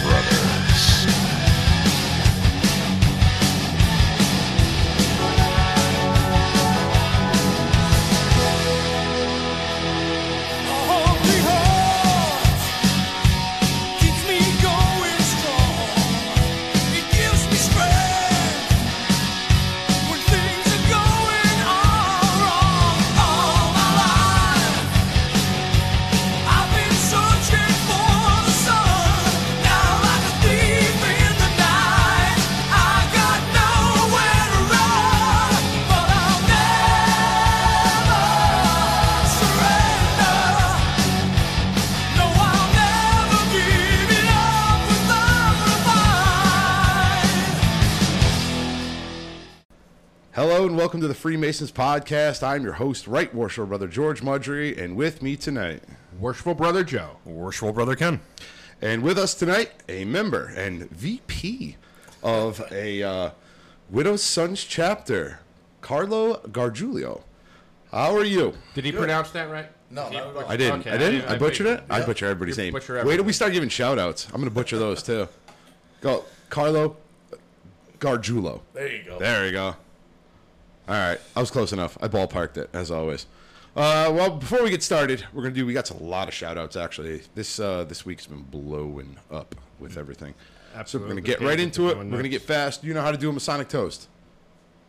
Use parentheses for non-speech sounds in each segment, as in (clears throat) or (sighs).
brothers. Hello and welcome to the Freemasons podcast. I'm your host, Right Worshipful Brother George Mudry, and with me tonight, Worshipful Brother Joe. Worshipful Brother Ken. And with us tonight, a member and VP of a uh, Widow's Sons chapter, Carlo Gargiulio. How are you? Did he pronounce that right? No, that was- I didn't. Okay, I didn't. I, butchered it. I yeah. butcher everybody's You name. butcher Wait till everything. we start giving shout outs. I'm going to butcher those too. Go, Carlo Gargiulo. There you go. There you go. All right, I was close enough. I ballparked it as always. Uh, well, before we get started, we're gonna do. We got a lot of shout outs actually. This uh, this week's been blowing up with everything. So we're Absolutely. gonna get Yeah, right it's into it. been We're going gonna get nuts. fast. You know how to do a Masonic toast.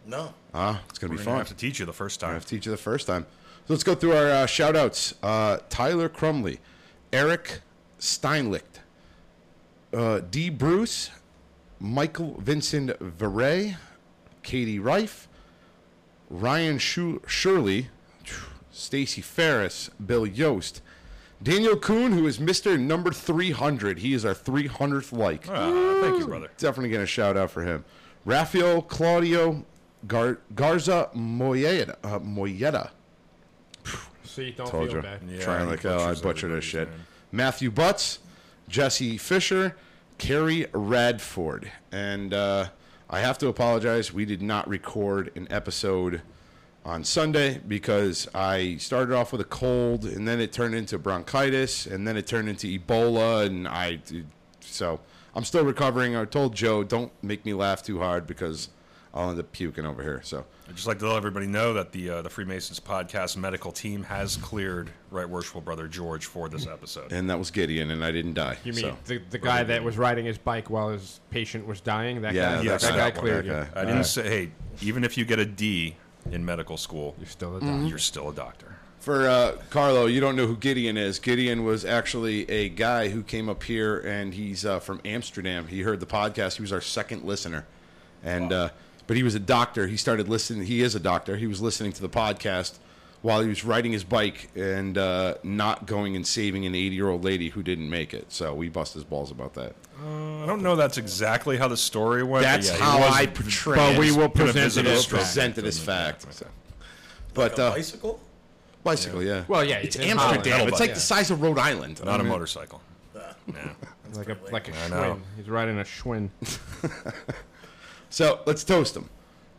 No. Ah, it's gonna be We're fun. going to have to teach you the first I time. have to teach you the first time. So let's go through our uh, shout outs. Uh, Tyler Crumley, Eric Steinlicht, uh, D. Bruce, Michael Vincent Veray, Katie Reif, Ryan Shu- Shirley, Stacy Ferris, Bill Yost, Daniel Kuhn, who is Mr. Number 300. He is our 300th like Ah, thank you, brother. definitely getting a shout out for him. Rafael Claudio Gar- Garza Moyeda. Uh, Moyeda. See, don't Told feel you. bad. Yeah, Trying he like uh, hell. I butchers butchered everybody's his shit. name. Matthew Butts, Jesse Fisher, Carrie Radford. And uh, I have to apologize. We did not record an episode on Sunday because I started off with a cold and then it turned into bronchitis and then it turned into Ebola. And I. So I'm still recovering. I told Joe, don't make me laugh too hard because I'll end up puking over here. So. I'd just like to let everybody know that the uh, the Freemasons Podcast medical team has cleared Right Worshipful Brother George for this episode. And that was Gideon, and I didn't die. You mean so. the, the guy that was riding his bike while his patient was dying? That Yeah, guy, that's that guy that one, that cleared you. guy. I didn't say, hey, even if you get a D in medical school, You're still a doctor. you're still a doctor. For uh, Carlo, you don't know who Gideon is. Gideon was actually a guy who came up here, and he's uh, from Amsterdam. He heard the podcast. He was our second listener, and uh, but he was a doctor. He started listening. He is a doctor. He was listening to the podcast while he was riding his bike and uh, not going and saving an eighty-year-old lady who didn't make it. So we bust his balls about that. I don't know that's exactly how the story went. but That's yeah, he how was I portray. but we it. will Gonna present visit it as us, fact. present it as fact. So. But a uh, bicycle? bicycle, yeah. Well, yeah, it's in Holland. Amsterdam. It's like Yeah. the size of Rhode Island. Not a Mm-hmm. I mean, motorcycle. No. Like a like a know. Schwinn. He's riding a Schwinn. So let's toast them.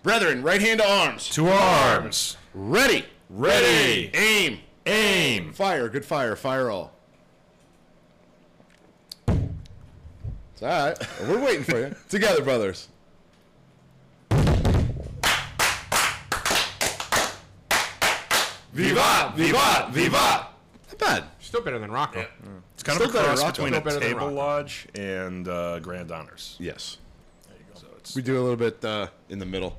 Brethren, right hand to arms. Two arms. Ready. Ready. Aim. Aim. Fire. Good fire. Fire all. It's all right. We're waiting for you. (laughs) Together, brothers. Viva! Viva! Viva! Not bad. Still better than Rocco. It's kind Still of a better cross than Rocco. between Still a better than table Rocco. lodge and uh, grand honors. Yes. So it's We do a little bit uh, in the middle.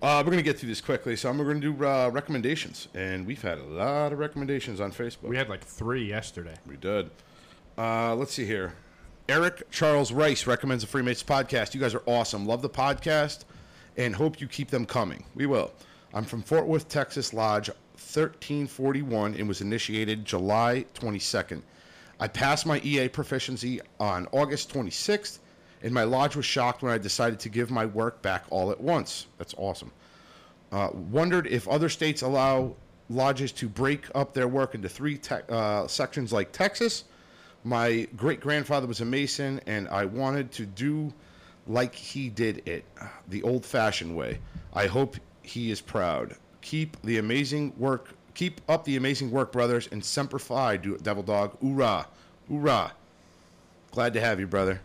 Uh, we're going to get through this quickly, so I'm going to do uh, recommendations. And we've had a lot of recommendations on Facebook. We had like three yesterday. We did. Uh, let's see here. Eric Charles Rice recommends the Freemates podcast. You guys are awesome. Love the podcast and hope you keep them coming. We will. I'm from Fort Worth, Texas, Lodge 1341 and was initiated July 22nd. I passed my EA proficiency on August 26th, and my lodge was shocked when I decided to give my work back all at once. That's awesome wondered if other states allow lodges to break up their work into three te- uh, sections like Texas. My great grandfather was a Mason, and I wanted to do like he did it the old fashioned way. I hope he is proud. Keep the amazing work. Keep up the amazing work, brothers, and semper fi, do Devil Dog. Hoorah, hoorah! Glad to have you, brother.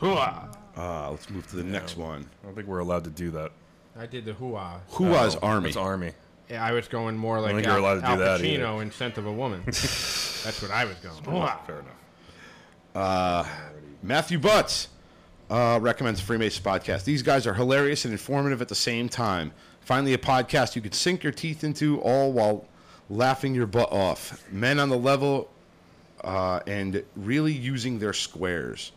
Hooah! Uh, let's move to the next one. I don't think we're allowed to do that. I did the hooah. Hoorah's Oh, army. It's army. Yeah, I was going more like think Al, you're allowed to Al do that either. Pacino in Scent of a Woman. That's what I was going. Hooah! Fair enough. Matthew Butts uh, recommends Freemasons podcast. These guys are hilarious and informative at the same time. Finally, a podcast you can sink your teeth into, all while laughing your butt off. Men on the level uh, and really using their squares.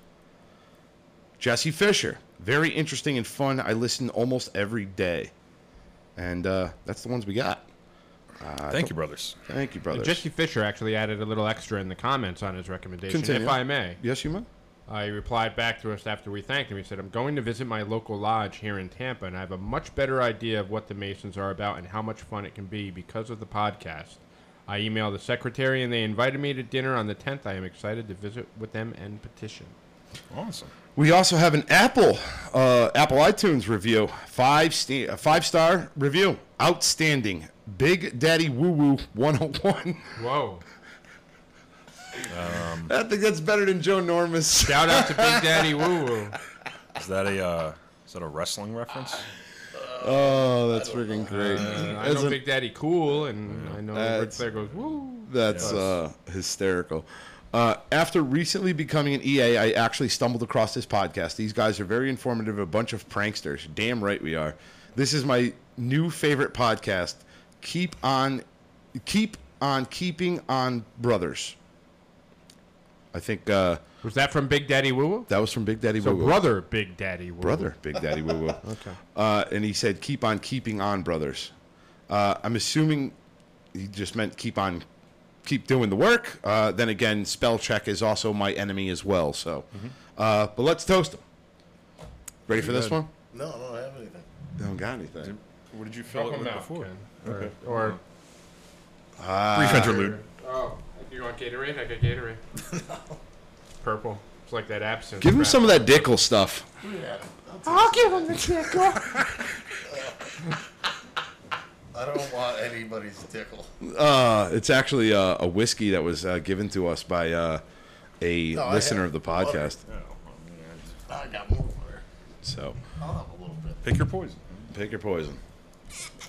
Jesse Fisher, very interesting and fun. I listen almost every day, and uh, that's the ones we got. Thank you, brothers. Thank you, brother. Jesse Fisher actually added a little extra in the comments on his recommendation, Continue. if I may. yes, you may. Uh, he replied back to us after we thanked him. He said, I'm going to visit my local lodge here in Tampa, and I have a much better idea of what the Masons are about and how much fun it can be because of the podcast. I emailed the secretary, and they invited me to dinner on the 10th. I am excited to visit with them and petition. Awesome. We also have an Apple uh, Apple iTunes review five sta- five star review outstanding. Big Daddy Woo Woo one hundred one. (laughs) Whoa. I think that's better than Joe Normus. Shout out to Big Daddy Woo Woo. Is that a uh, is that a wrestling reference? Uh, Oh, that's freaking great. I know Big Daddy Cool, and I know Ric That's- Flair goes, woo. That's uh, hysterical. Uh, after recently becoming an EA, I actually stumbled across this podcast. These guys are very informative, a bunch of pranksters. Damn right we are. This is my new favorite podcast. Keep on, keep on keeping on, brothers. I think uh, Was that from Big Daddy Woo Woo? that was from Big Daddy So Woo Woo. brother Big Daddy Woo. brother, Big Daddy Woo Woo. okay. Uh, and he said, "Keep on keeping on, brothers." Uh, I'm assuming he just meant keep on, keep doing the work. Uh, then again, spell check is also my enemy as well. So, uh, but let's toast him. Ready for this Good. one? No, I don't have anything. Don't got anything. What did you fill Welcome out, Ken. Or, or Brief interlude. Oh, you want Gatorade? I got Gatorade. Purple. It's like that absinthe. Give him crap. some of that dickle stuff. I'll give him the tickle. I don't want anybody's tickle. Uh, it's actually uh, a whiskey that was uh, given to us by uh, a No, I listener have of the podcast. I got more water. So, I'll have a little bit. Pick your poison. pick your poison.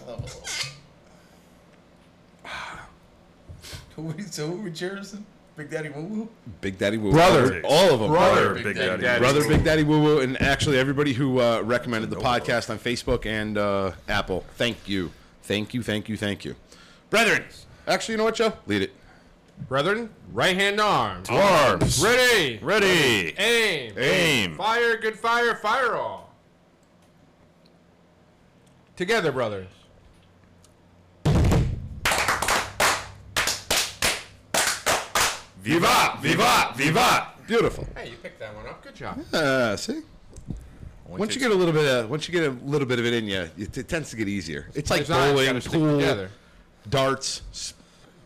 I'll have a little. (sighs) Who we, so who we cheersing? Big Daddy Woo Woo? Big Daddy Woo, Brother. all of them, Brother, Big Big, Daddy. Daddy. brother Big Daddy Woo Woo, and actually everybody who uh, recommended the podcast on Facebook and uh, Apple. Thank you, thank you, thank you, thank you, brethren. Actually, you know what, Joe? Lead it. Brethren, right hand arms. Arms. Ready. Ready. Aim. Aim. Fire, good fire, fire all. Together, brothers. Viva! Viva! Viva! Beautiful. Hey, you picked that one up. Good job. Uh, see, once you get a little bit of once you get a little bit of it in you, it, it tends to get easier. It's like It's not- it's bowling, gotta stick pool, together. darts, sp-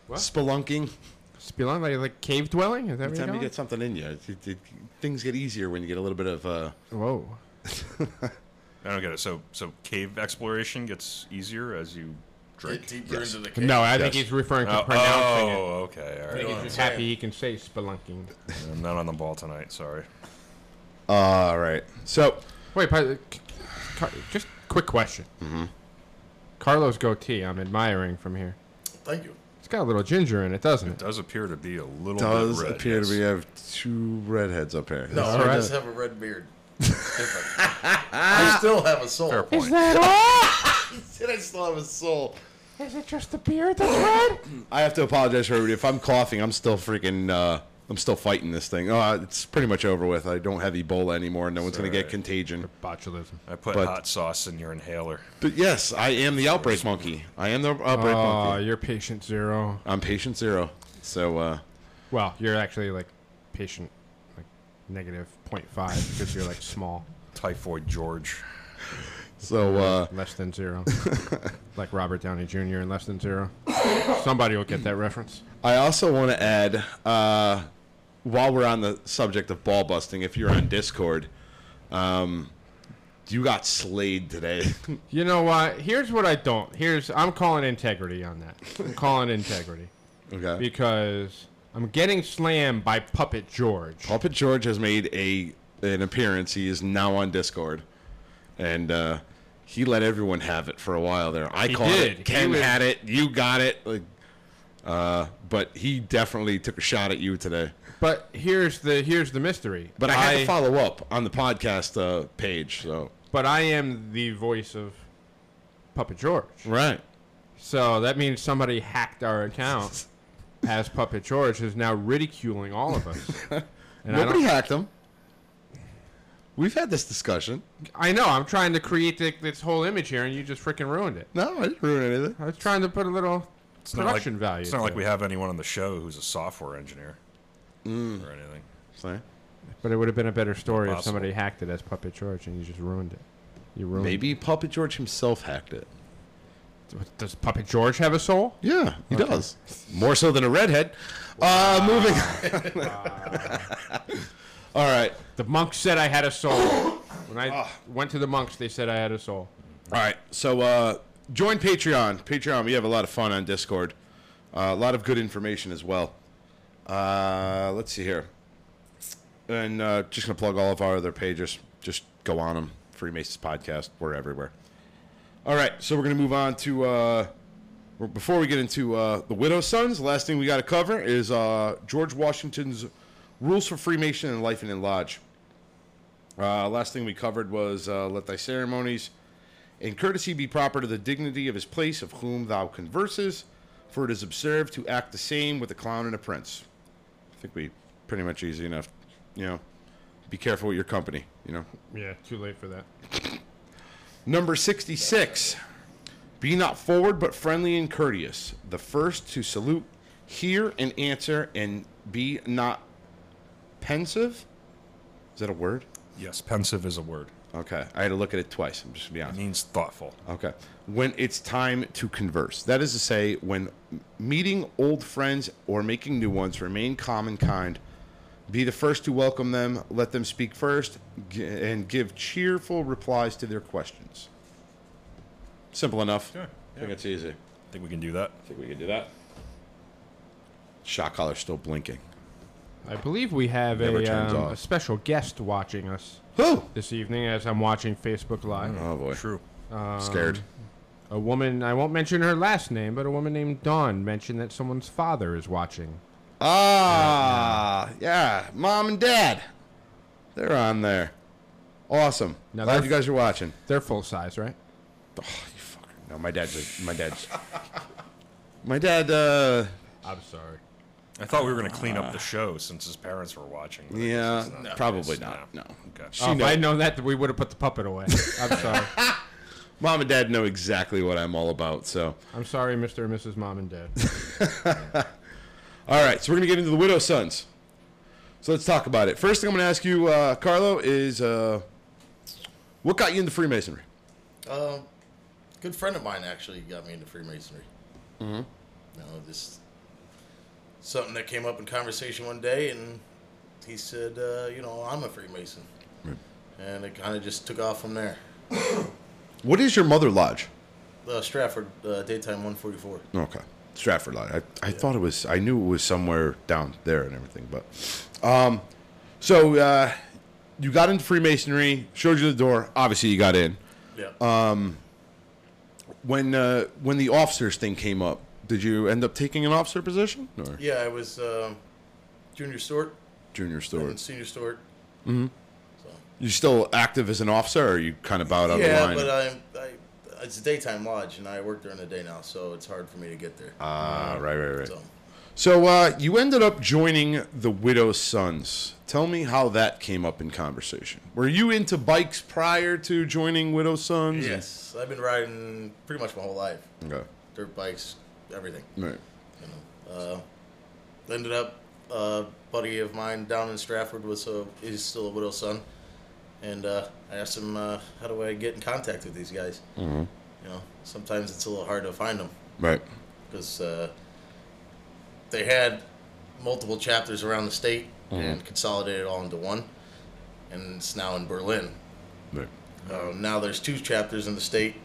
What? spelunking. Spelunk, like, like cave dwelling? Is that what Every you're time you going? get something in you, it, it, it- things get easier when you get a little bit of. Uh, Whoa. I don't get it. So so cave exploration gets easier as you Get drink. deeper into the cake. No, I think Yes. he's referring to Oh, pronouncing it. oh, okay. All I right. think he's know what just I'm happy he can say spelunking. I'm not on the ball tonight. Sorry. all right, so Wait, but, Car- just quick question. Mm-hmm. Carlos goatee, I'm admiring from here. Thank you. It's got a little ginger in it, doesn't it? Does appear to be a little does bit red. appear yes. to be have two redheads up here. No, It's I hard just to- have a red beard. It's different. I still have a soul. Fair point. Said (laughs) I still have a soul. Is it just the beard that's red? I have to apologize for everybody. If I'm coughing, I'm still freaking. Uh, I'm still fighting this thing. Oh, it's pretty much over with. I don't have Ebola anymore. No one's going to get alright. contagion. Botulism. I put But- hot sauce in your inhaler. But yes, I am the outbreak monkey. I am the outbreak Oh, monkey. you're patient zero. I'm patient zero. So uh, Well, you're actually like patient like negative 0.5 because you're like small, Typhoid George. so uh, less than (laughs) zero. like Robert Downey Jr. and less than zero. Somebody will get that reference. I also want to add, uh, while we're on the subject of ball busting, if you're on Discord, um, You got slayed today. (laughs) You know what? Here's what I don't. Here's I'm calling integrity on that. I'm calling integrity okay. because I'm getting slammed by Puppet George. Puppet George has made a an appearance. He is now on Discord, and uh, he let everyone have it for a while there. I called did. He it. Ken was- had it. You got it. Like, uh, but he definitely took a shot at you today. But here's the here's the mystery. But I had to follow up on the podcast uh, page. So but I am the voice of Puppet George. right. So that means somebody hacked our (laughs) account as Puppet George is now ridiculing all of us. (laughs) And I, Nobody don't- hacked him. We've had this discussion. I know. I'm trying to create the, this whole image here, and you just freaking ruined it. No, I didn't ruin anything. I was trying to put a little It's not production like, value. It's not to like it. we have anyone on the show who's a software engineer Mm. or anything. Sorry. But it would have been a better story if Possible. somebody hacked it as Puppet George and you just ruined it. You ruined Maybe Puppet George himself hacked it. it. Does Puppet George have a soul? Yeah, he does. More so than a redhead. Uh, moving. (laughs) All right. The monks said I had (coughs) a soul. when I Ah. went to the monks, they said I had a soul. All right. So uh, join Patreon. Patreon. We have a lot of fun on Discord. Uh, a lot of good information as well. Uh, let's see here. And uh, just gonna plug all of our other pages. Just go on them. Freemasons podcast. We're everywhere. All right. So we're gonna move on to. Uh, we're- before we get into uh, the widow's sons, last thing we got to cover is uh, George Washington's rules for Freemason and life and in lodge. Uh, last thing we covered was uh, let thy ceremonies and courtesy be proper to the dignity of his place of whom thou converses, for it is observed to act the same with a clown and a prince. I think we pretty much easy enough, you know. Be careful with your company, you know. Yeah, too late for that. Number 66. Be not forward, but friendly and courteous. The first to salute, hear and answer, and be not pensive. Is that a word? Yes, pensive is a word. Okay. I had to look at it twice. I'm just going to be honest. It means thoughtful. Okay. When it's time to converse. That is to say, when m- meeting old friends or making new ones, remain calm and kind. Be the first to welcome them, let them speak first, g- and give cheerful replies to their questions. Simple enough. I think it's easy. I think we can do that. I think we can do that. Shot collar still blinking. I believe we have Never a, turns um, off. a special guest watching us Who? this evening as I'm watching Facebook Live. Oh boy. True. Scared. A woman, I won't mention her last name, but a woman named Dawn mentioned that someone's father is watching. Ah, yeah. Mom and dad. They're on there. Awesome. Now Glad they're- you guys are watching. They're full size, right? You fucker. No, my dad's. A, my dad's. my dad. Uh, I'm sorry. I thought we were going to clean up the show since his parents were watching. but I guess yeah, it's not the probably case. not. No. Okay. She Oh, if know- I'd known that, we would have put the (laughs) puppet away. I'm sorry. Mom and dad know exactly what I'm all about. So, I'm sorry, Mr. and Mrs. Mom and Dad. all right. So we're gonna get into the widow sons. So let's talk about it. First thing I'm gonna ask you, uh, Carlo, is uh, what got you into Freemasonry? Um, good friend of mine actually got me into Freemasonry. Mm-hmm. You know, just something that came up in conversation one day, and he said, uh, you know, I'm a Freemason, and it kind of just took off from there. What is your mother lodge? Uh, Stratford, uh, daytime 144. Okay, Stratford lodge. I, I thought it was. I knew it was somewhere down there and everything. But, um, so uh, you got into Freemasonry. Showed you the door. Obviously, you got in. Yeah. Uh, when uh, when the officers thing came up, did you end up taking an officer position or yeah, I was um junior steward junior and steward? senior steward. You still active as an officer, or are you kind of bowed out yeah, of line? but uh, I, I, it's a daytime lodge, and I work during the day now, so it's hard for me to get there. Ah, right, right, right. so. So uh, you ended up joining the Widow's Sons. Tell me how that came up in conversation. Were you into bikes prior to joining Widow's Sons? Yes, I've been riding pretty much my whole life. Okay. Dirt bikes, everything. Right. You know, uh, ended up a buddy of mine down in Stratford was a is still a widow son, and uh, I asked him uh, how do I get in contact with these guys. Mm-hmm. You know, sometimes it's a little hard to find them Right. because uh, they had multiple chapters around the state and consolidated all into one, and it's now in Berlin. Right. Um, now there's two chapters in the state.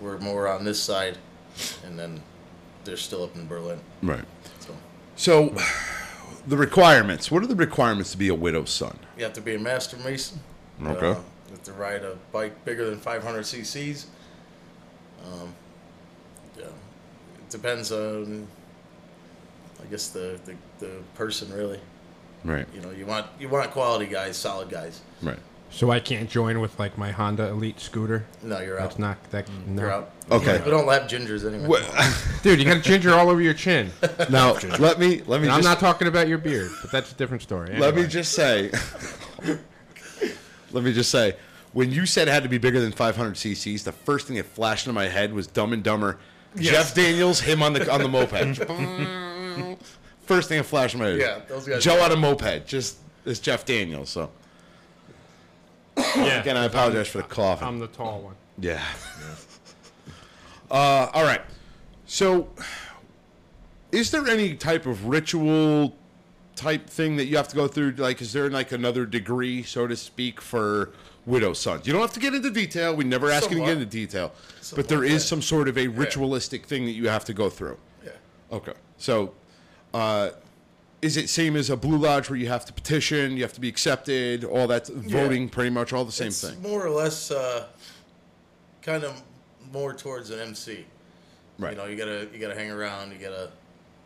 We're more on this side, and then they're still up in Berlin. Right. So So, (sighs) the requirements. What are the requirements to be a widow's son? you have to be a master mason. Okay. Uh, you have to ride a bike bigger than 500 cc's. Um, yeah, it depends on, I guess the, the, the person really. Right. You know, you want you want quality guys, solid guys. Right. So I can't join with like my Honda Elite scooter. No, you're out. That's not that. No. Mm, You're out. Okay. We don't lap gingers anyway. Dude, you got a ginger all over your chin. (laughs) now let me let me. And just- I'm not talking about your beard, but that's a different story. Let me Anyway. just say, (laughs) let me just say, when you said it had to be bigger than 500 cc's, the first thing that flashed into my head was Dumb and Dumber. Jeff Daniels, him on the on the (laughs) moped. first thing that flashed in my head. Yeah, those guys- Joe on a moped, just it's Jeff Daniels. So Yeah, again, I apologize for the cough. I'm the tall one. yeah. (laughs) uh, all right. So, is there any type of ritual type thing that you have to go through? Like, is there like another degree, so to speak, for widow sons? You don't have to get into detail. We never ask you to Somewhat. get into detail, but Somewhat, there is yeah. some sort of a ritualistic thing that you have to go through. Yeah. Okay. So, uh, is it same as a blue lodge where you have to petition, you have to be accepted, all that voting, pretty much all the same it's thing? more or less uh, kind of more towards an MC. Right. You know, you gotta you gotta hang around. You gotta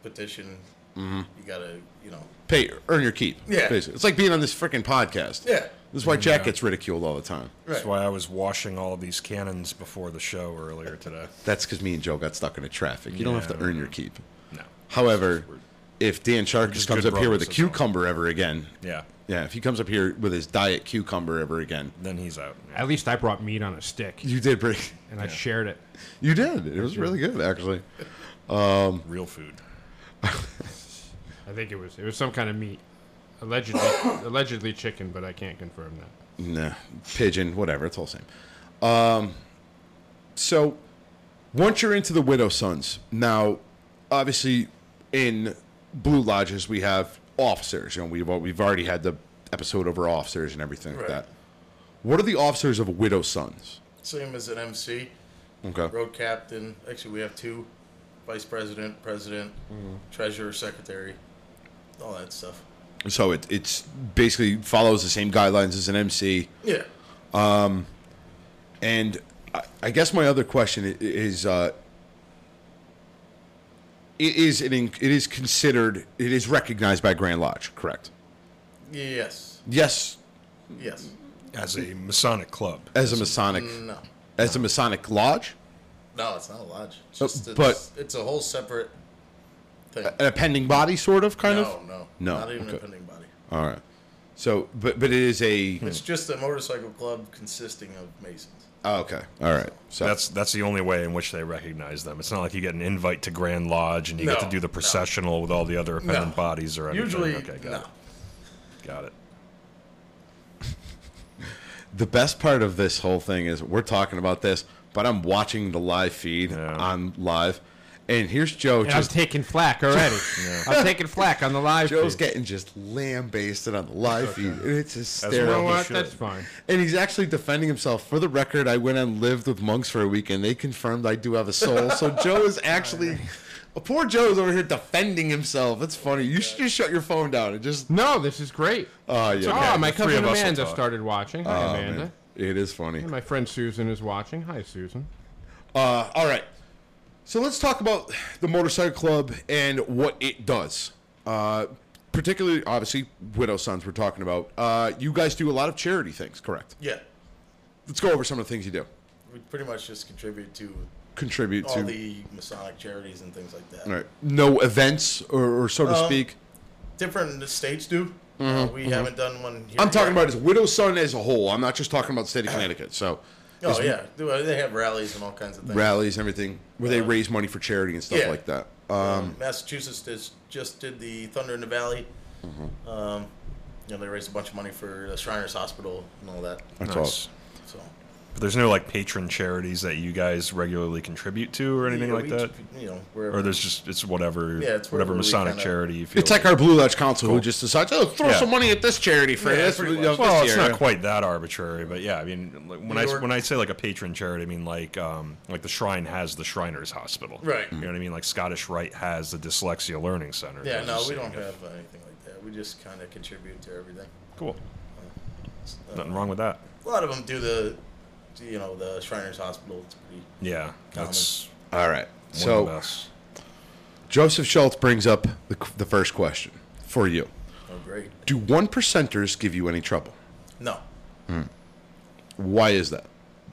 petition. Mm-hmm. You gotta you know. pay earn your keep. Yeah. basically. it's like being on this freaking podcast. Yeah. this is why Jack gets ridiculed all the time. That's Right. why I was washing all these cannons before the show earlier today. That's because me and Joe got stuck in a traffic. You don't have to Yeah. earn your keep. No. However, if Dan Sharkus just comes good up here with a brothers, that's all. cucumber ever again, Yeah. yeah, if he comes up here with his diet cucumber ever again, Then he's out. Yeah. At least I brought meat on a stick, you did bring, and I shared it. (laughs) you did. It was really good actually. Real food. I think it was it was some kind of meat, allegedly allegedly chicken, but I can't confirm that. Nah, pigeon, whatever. It's all the same. Um, so once you're into the widow sons, now obviously in blue lodges we have officers. You know, we've al- we've already had the episode over officers and everything like Right. that. What are the officers of widow sons? Same as an MC. Okay, Road captain. Actually, we have two: vice president, president, Mm-hmm. treasurer, secretary, all that stuff. so it it's basically follows the same guidelines as an MC. Yeah. And I, I guess my other question i- is: uh, it is an, in- it is considered it is recognized by Grand Lodge, correct? Yes. Yes, Yes. As (laughs) a Masonic club. as a Masonic No. as a Masonic lodge, No, it's not a lodge. It's Uh, just, it's, but- it's a whole separate thing. an appending body, sort of, kind no, of. no, No, not even okay. a pending body. All right. So, but but it is a It's just a motorcycle club consisting of masons. oh, okay. All right. So That's that's the only way in which they recognize them. It's not like you get an invite to Grand Lodge and you get No, to do the no. processional with all the other appendant bodies or anything. Usually, okay, got no. it. Got it. the best part of this whole thing is we're talking about this, but I'm watching the live feed Yeah. on live, and here's Joe And just I'm taking flack already. I'm taking flack on the live. Joe's feed. getting just lambasted on the live feed, and it's You You hysterical. know Well, he what? should. That's fine. And he's actually defending himself. For the record, I went and lived with monks for a week, and they confirmed I do have a soul. So Joe is actually, poor Joe is over here defending himself. It's funny. You should just shut your phone down and just. No, this is great. Oh yeah, Oh, okay. my The three cousin of us will Amanda talk. started watching. Hi, Oh, Amanda. man. It is funny. And my friend Susan is watching. Hi, Susan. Uh, all right. So let's talk about the motorcycle club and what it does. Uh, particularly, obviously, widow sons. We're talking about. Uh, you guys do a lot of charity things, correct? Yeah, Let's go over some of the things you do. we pretty much just contribute to Contribute all to the Masonic charities and things like that. All right. no events, or, or so to Um, speak. Different states do. Mm-hmm, Uh, we haven't done one here. I'm talking yet. about as widow son as a whole. I'm not just talking about the state of Connecticut. So Oh yeah, Do- uh, they have rallies and all kinds of things. rallies and everything where Uh, they raise money for charity and stuff yeah. like that. Um, Uh, Massachusetts just just did the Thunder in the Valley. Mm-hmm. Um, you know, they raised a bunch of money for the Shriners Hospital and all that. that's Nice. all. So But there's no like patron charities that you guys regularly contribute to or anything You know, like we- that. You know, wherever. Or there's just it's whatever. Yeah, whatever it's wherever we Masonic kinda- charity you feel. It's like our Blue Lodge Council who just decides, oh, throw Yeah. some money at this charity for Yeah, this. pretty you much. know, Well, this it's year. not quite that arbitrary, but yeah, I mean, like, when I York- when I say like a patron charity, I mean like um, like the Shrine has the Shriners Hospital, Right. You know what I mean? Like Scottish Rite has the Dyslexia Learning Center. yeah, Those no, are we saying, don't have uh, anything like that. We just kind of contribute to everything. Cool, nothing wrong with that. A lot of them do the, you know, the Shriners Hospital. It's pretty. Yeah, that's All right. one of the So best. Joseph Schultz brings up the, the first question for you. Oh, great. Do one percenters give you any trouble? No, Why is that?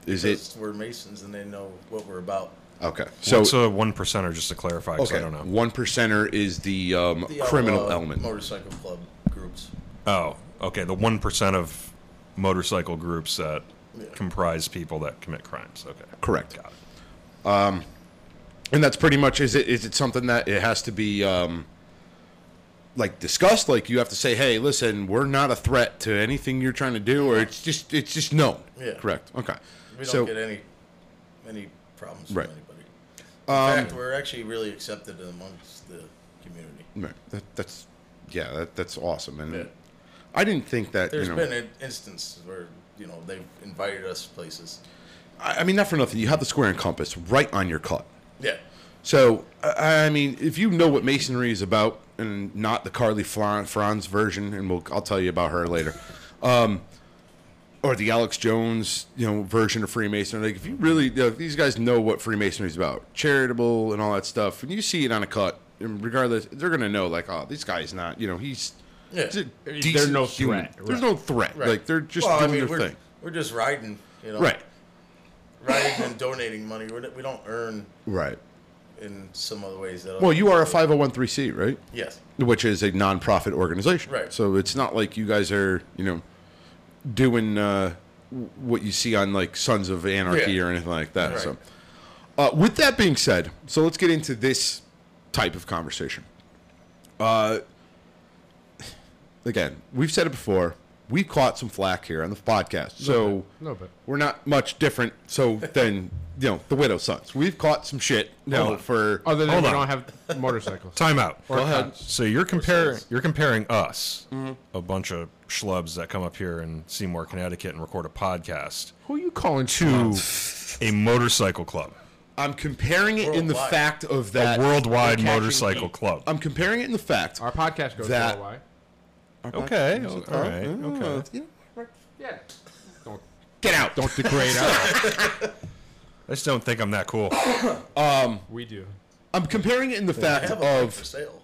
Is it because we're Masons and they know what we're about. okay? So So it's a one percenter, just to clarify, 'cause okay, I don't know. uh, one percenter is the, um, The criminal outlaw element. Motorcycle club groups. Oh, okay, the one percent of motorcycle groups that comprise people that commit crimes. Okay, Correct. Got it. And that's pretty much is it is it something that it has to be um like discussed like you have to say hey listen we're not a threat to anything you're trying to do or it's just it's just known. Yeah. Correct. Okay. We so don't get any any problems Right. Um, from anybody. In fact, we're actually really accepted amongst the community. no, that, that's yeah that, that's awesome and Yeah. I didn't think that There's you know, been an instance where you know they've invited us places. I, I mean not for nothing you have the square and compass right on your cut. Yeah, So, I I mean, if you know what masonry is about, and not the Carly Flan- Franz version, and we'll, I'll tell you about her later, um, or the Alex Jones, you know, version of Freemasonry. Like, if you really, you know, if these guys know what Freemasonry is about, charitable and all that stuff, and you see it on a cut, and regardless, they're gonna know, like, oh, this guy's not, you know, he's, Yeah. he's a They're decent no human. threat, There's right. no threat. right. Like, they're just Well, I doing mean, their we're, thing, We're just riding, you know, right? Riding and donating money. We're, we don't earn Right. in some other ways that. Well, you are a 501c, right? yes, which is a nonprofit organization. Right. So it's not like you guys are, you know, doing uh, w- what you see on like Sons of Anarchy Yeah. or anything like that. Right. So, uh, with that being said, so let's get into this type of conversation. Uh, again, we've said it before. We caught some flack here on the podcast, so little bit. we're not much different. (laughs) So than you know the widow sons. We've caught some shit Hold now on. for Other than Hold we on. don't have motorcycles. Time out. Go ahead. Mm-hmm. So you're comparing you're comparing us, a bunch of schlubs that come up here in Seymour, Connecticut, and record a podcast, Who are you calling to a motorcycle club, I'm comparing it in the Worldwide. fact of that a worldwide catching motorcycle heat. club. I'm comparing it in the fact. Our podcast goes That- that way. okay, oh, all right, okay. Yeah. Don't Get out. don't (laughs) degrade us. I just don't think I'm that cool. We do. I'm comparing it in the I fact have a of for of sale.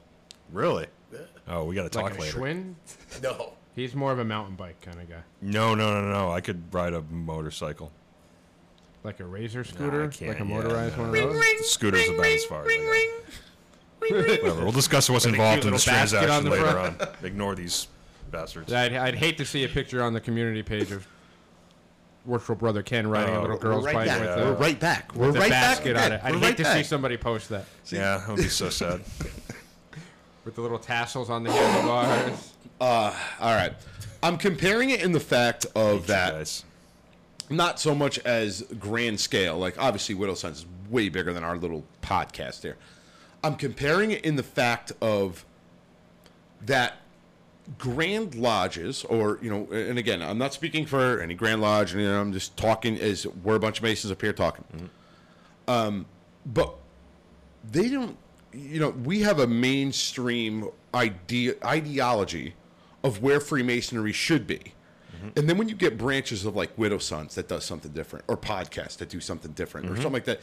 really? Yeah. Oh, we got to talk Like a later. Schwinn, No, he's more of a mountain bike kind of guy. No, no, no, no. I could ride a motorcycle. Like a razor Nah, scooter, I can't, like a yeah, motorized no. one of those. The scooter's about as far as I got. I'd, Whatever. We'll discuss what's involved little in this basket transaction on the later front. on. Ignore these bastards. I'd hate to see a picture on the community page of Worshipful Brother Ken riding a Oh, little girl's bike with a, We're right back. with a basket on it. I'd hate to see somebody post that yeah, that would be (laughs) so sad. with the little tassels on the handlebars. All right. I'm comparing it in the fact of that, Guys. not so much as grand scale. Like, obviously, Widow Sons is way bigger than our little podcast here. I'm comparing it in the fact of that grand lodges, or, you know, and again, I'm not speaking for any grand lodge, and you know, I'm just talking as we're a bunch of Masons up here talking. Um, but they don't you know we have a mainstream idea ideology of where freemasonry should be and then when you get branches of like widow sons that does something different or podcasts that do something different or something like that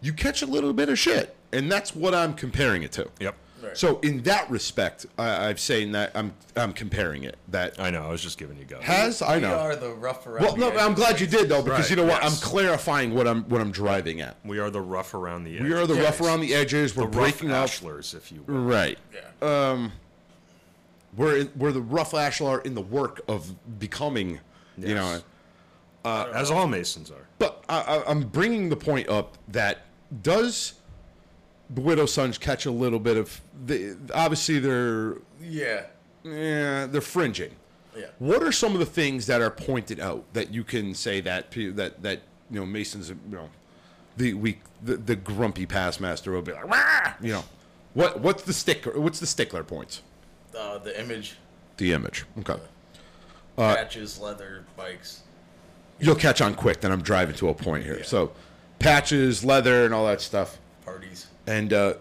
you catch a little bit of shit and that's what i'm comparing it to Yep. Right. so in that respect I, i'm saying that i'm i'm comparing it that I know. I was just giving you guys. has i we know are the rough around. well the no but i'm edges. glad you did though because Right, you know what yes. i'm clarifying what i'm what i'm driving at We are the rough around the edges. we are the rough Yes. around the edges we're the rough breaking up ashlers, if you will. right Um, Yeah. we're in, we're the rough ashlar in the work of becoming you Yes. know As all Masons are. but I, I, i'm bringing the point up that does the widow sons catch a little bit of the obviously they're yeah. yeah, they're fringing Yeah. What are some of the things that are pointed out that you can say that pe- that that you know Mason's you know the we the, the grumpy past master will be like Wah! you know what what's the sticker what's the stickler points Uh, the image, the image okay patches, leather, bikes. you'll catch on quick then I'm driving to a point here so patches leather and all that stuff parties. and uh,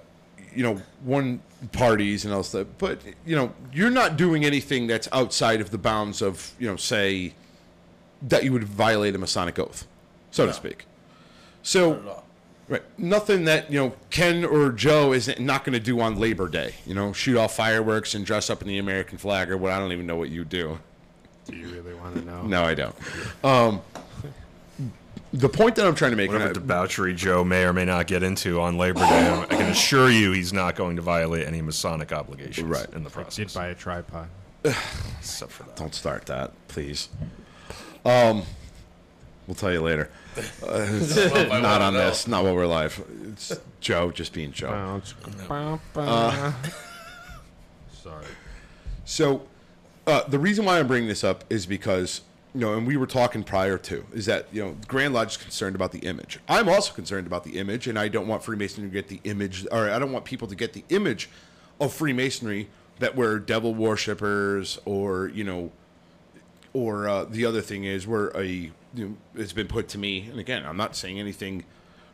you know one parties and all that but you know you're not doing anything that's outside of the bounds of you know say that you would violate a masonic oath so to No. speak so Not at all. Right. Nothing that, you know, Ken or Joe is not going to do on Labor Day. You know, shoot off fireworks and dress up in the American flag or what. I don't even know what you do. Do you really want to know? No, I don't. Um, the point that I'm trying to make. and Whatever I- debauchery Joe may or may not get into on Labor Day, I can assure you he's not going to violate any Masonic obligations Right. in the I did process. buy a tripod. Except for that. Don't start that, please. Um, we'll tell you later. Well, I Not wanna on know. this. Not while we're live. It's Joe just being Joe. Bounce. Sorry. So, uh, the reason why I'm bringing this up is because you know, and we were talking prior to is that you know Grand Lodge is concerned about the image. I'm also concerned about the image, and I don't want Freemasonry to get the image, or I don't want people to get the image of Freemasonry that we're devil worshippers or you know or uh, the other thing is where a you know, it's been put to me, and again, I'm not saying anything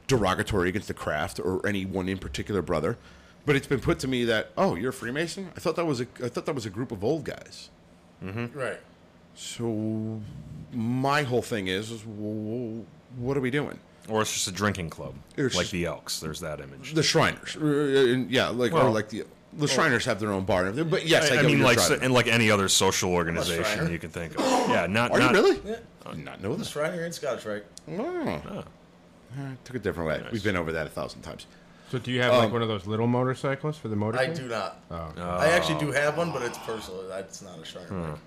derogatory against the craft or any one in particular brother, but it's been put to me that oh, you're a Freemason. I thought that was a I thought that was a group of old guys. Right. So my whole thing is, is wh- wh- what are we doing? Or it's just a drinking club, It's like just- the Elks. There's that image. The Shriners, Uh, and yeah, like or Well- like the the Shriners have their own bar, and everything, but yes, I, I, I get mean, like, so- are and like any other social Shriner. organization you can think of. Yeah, not. you not, really? Yeah. I did not know this. Shriner and Scotch, right? Oh. Oh. Alright, Took a different way. We've been over that a thousand times. So do you have like one of those little motorcycles for the motor? I thing? do not. Oh. I actually do have one, but it's personal. It's not a Shriner. bike.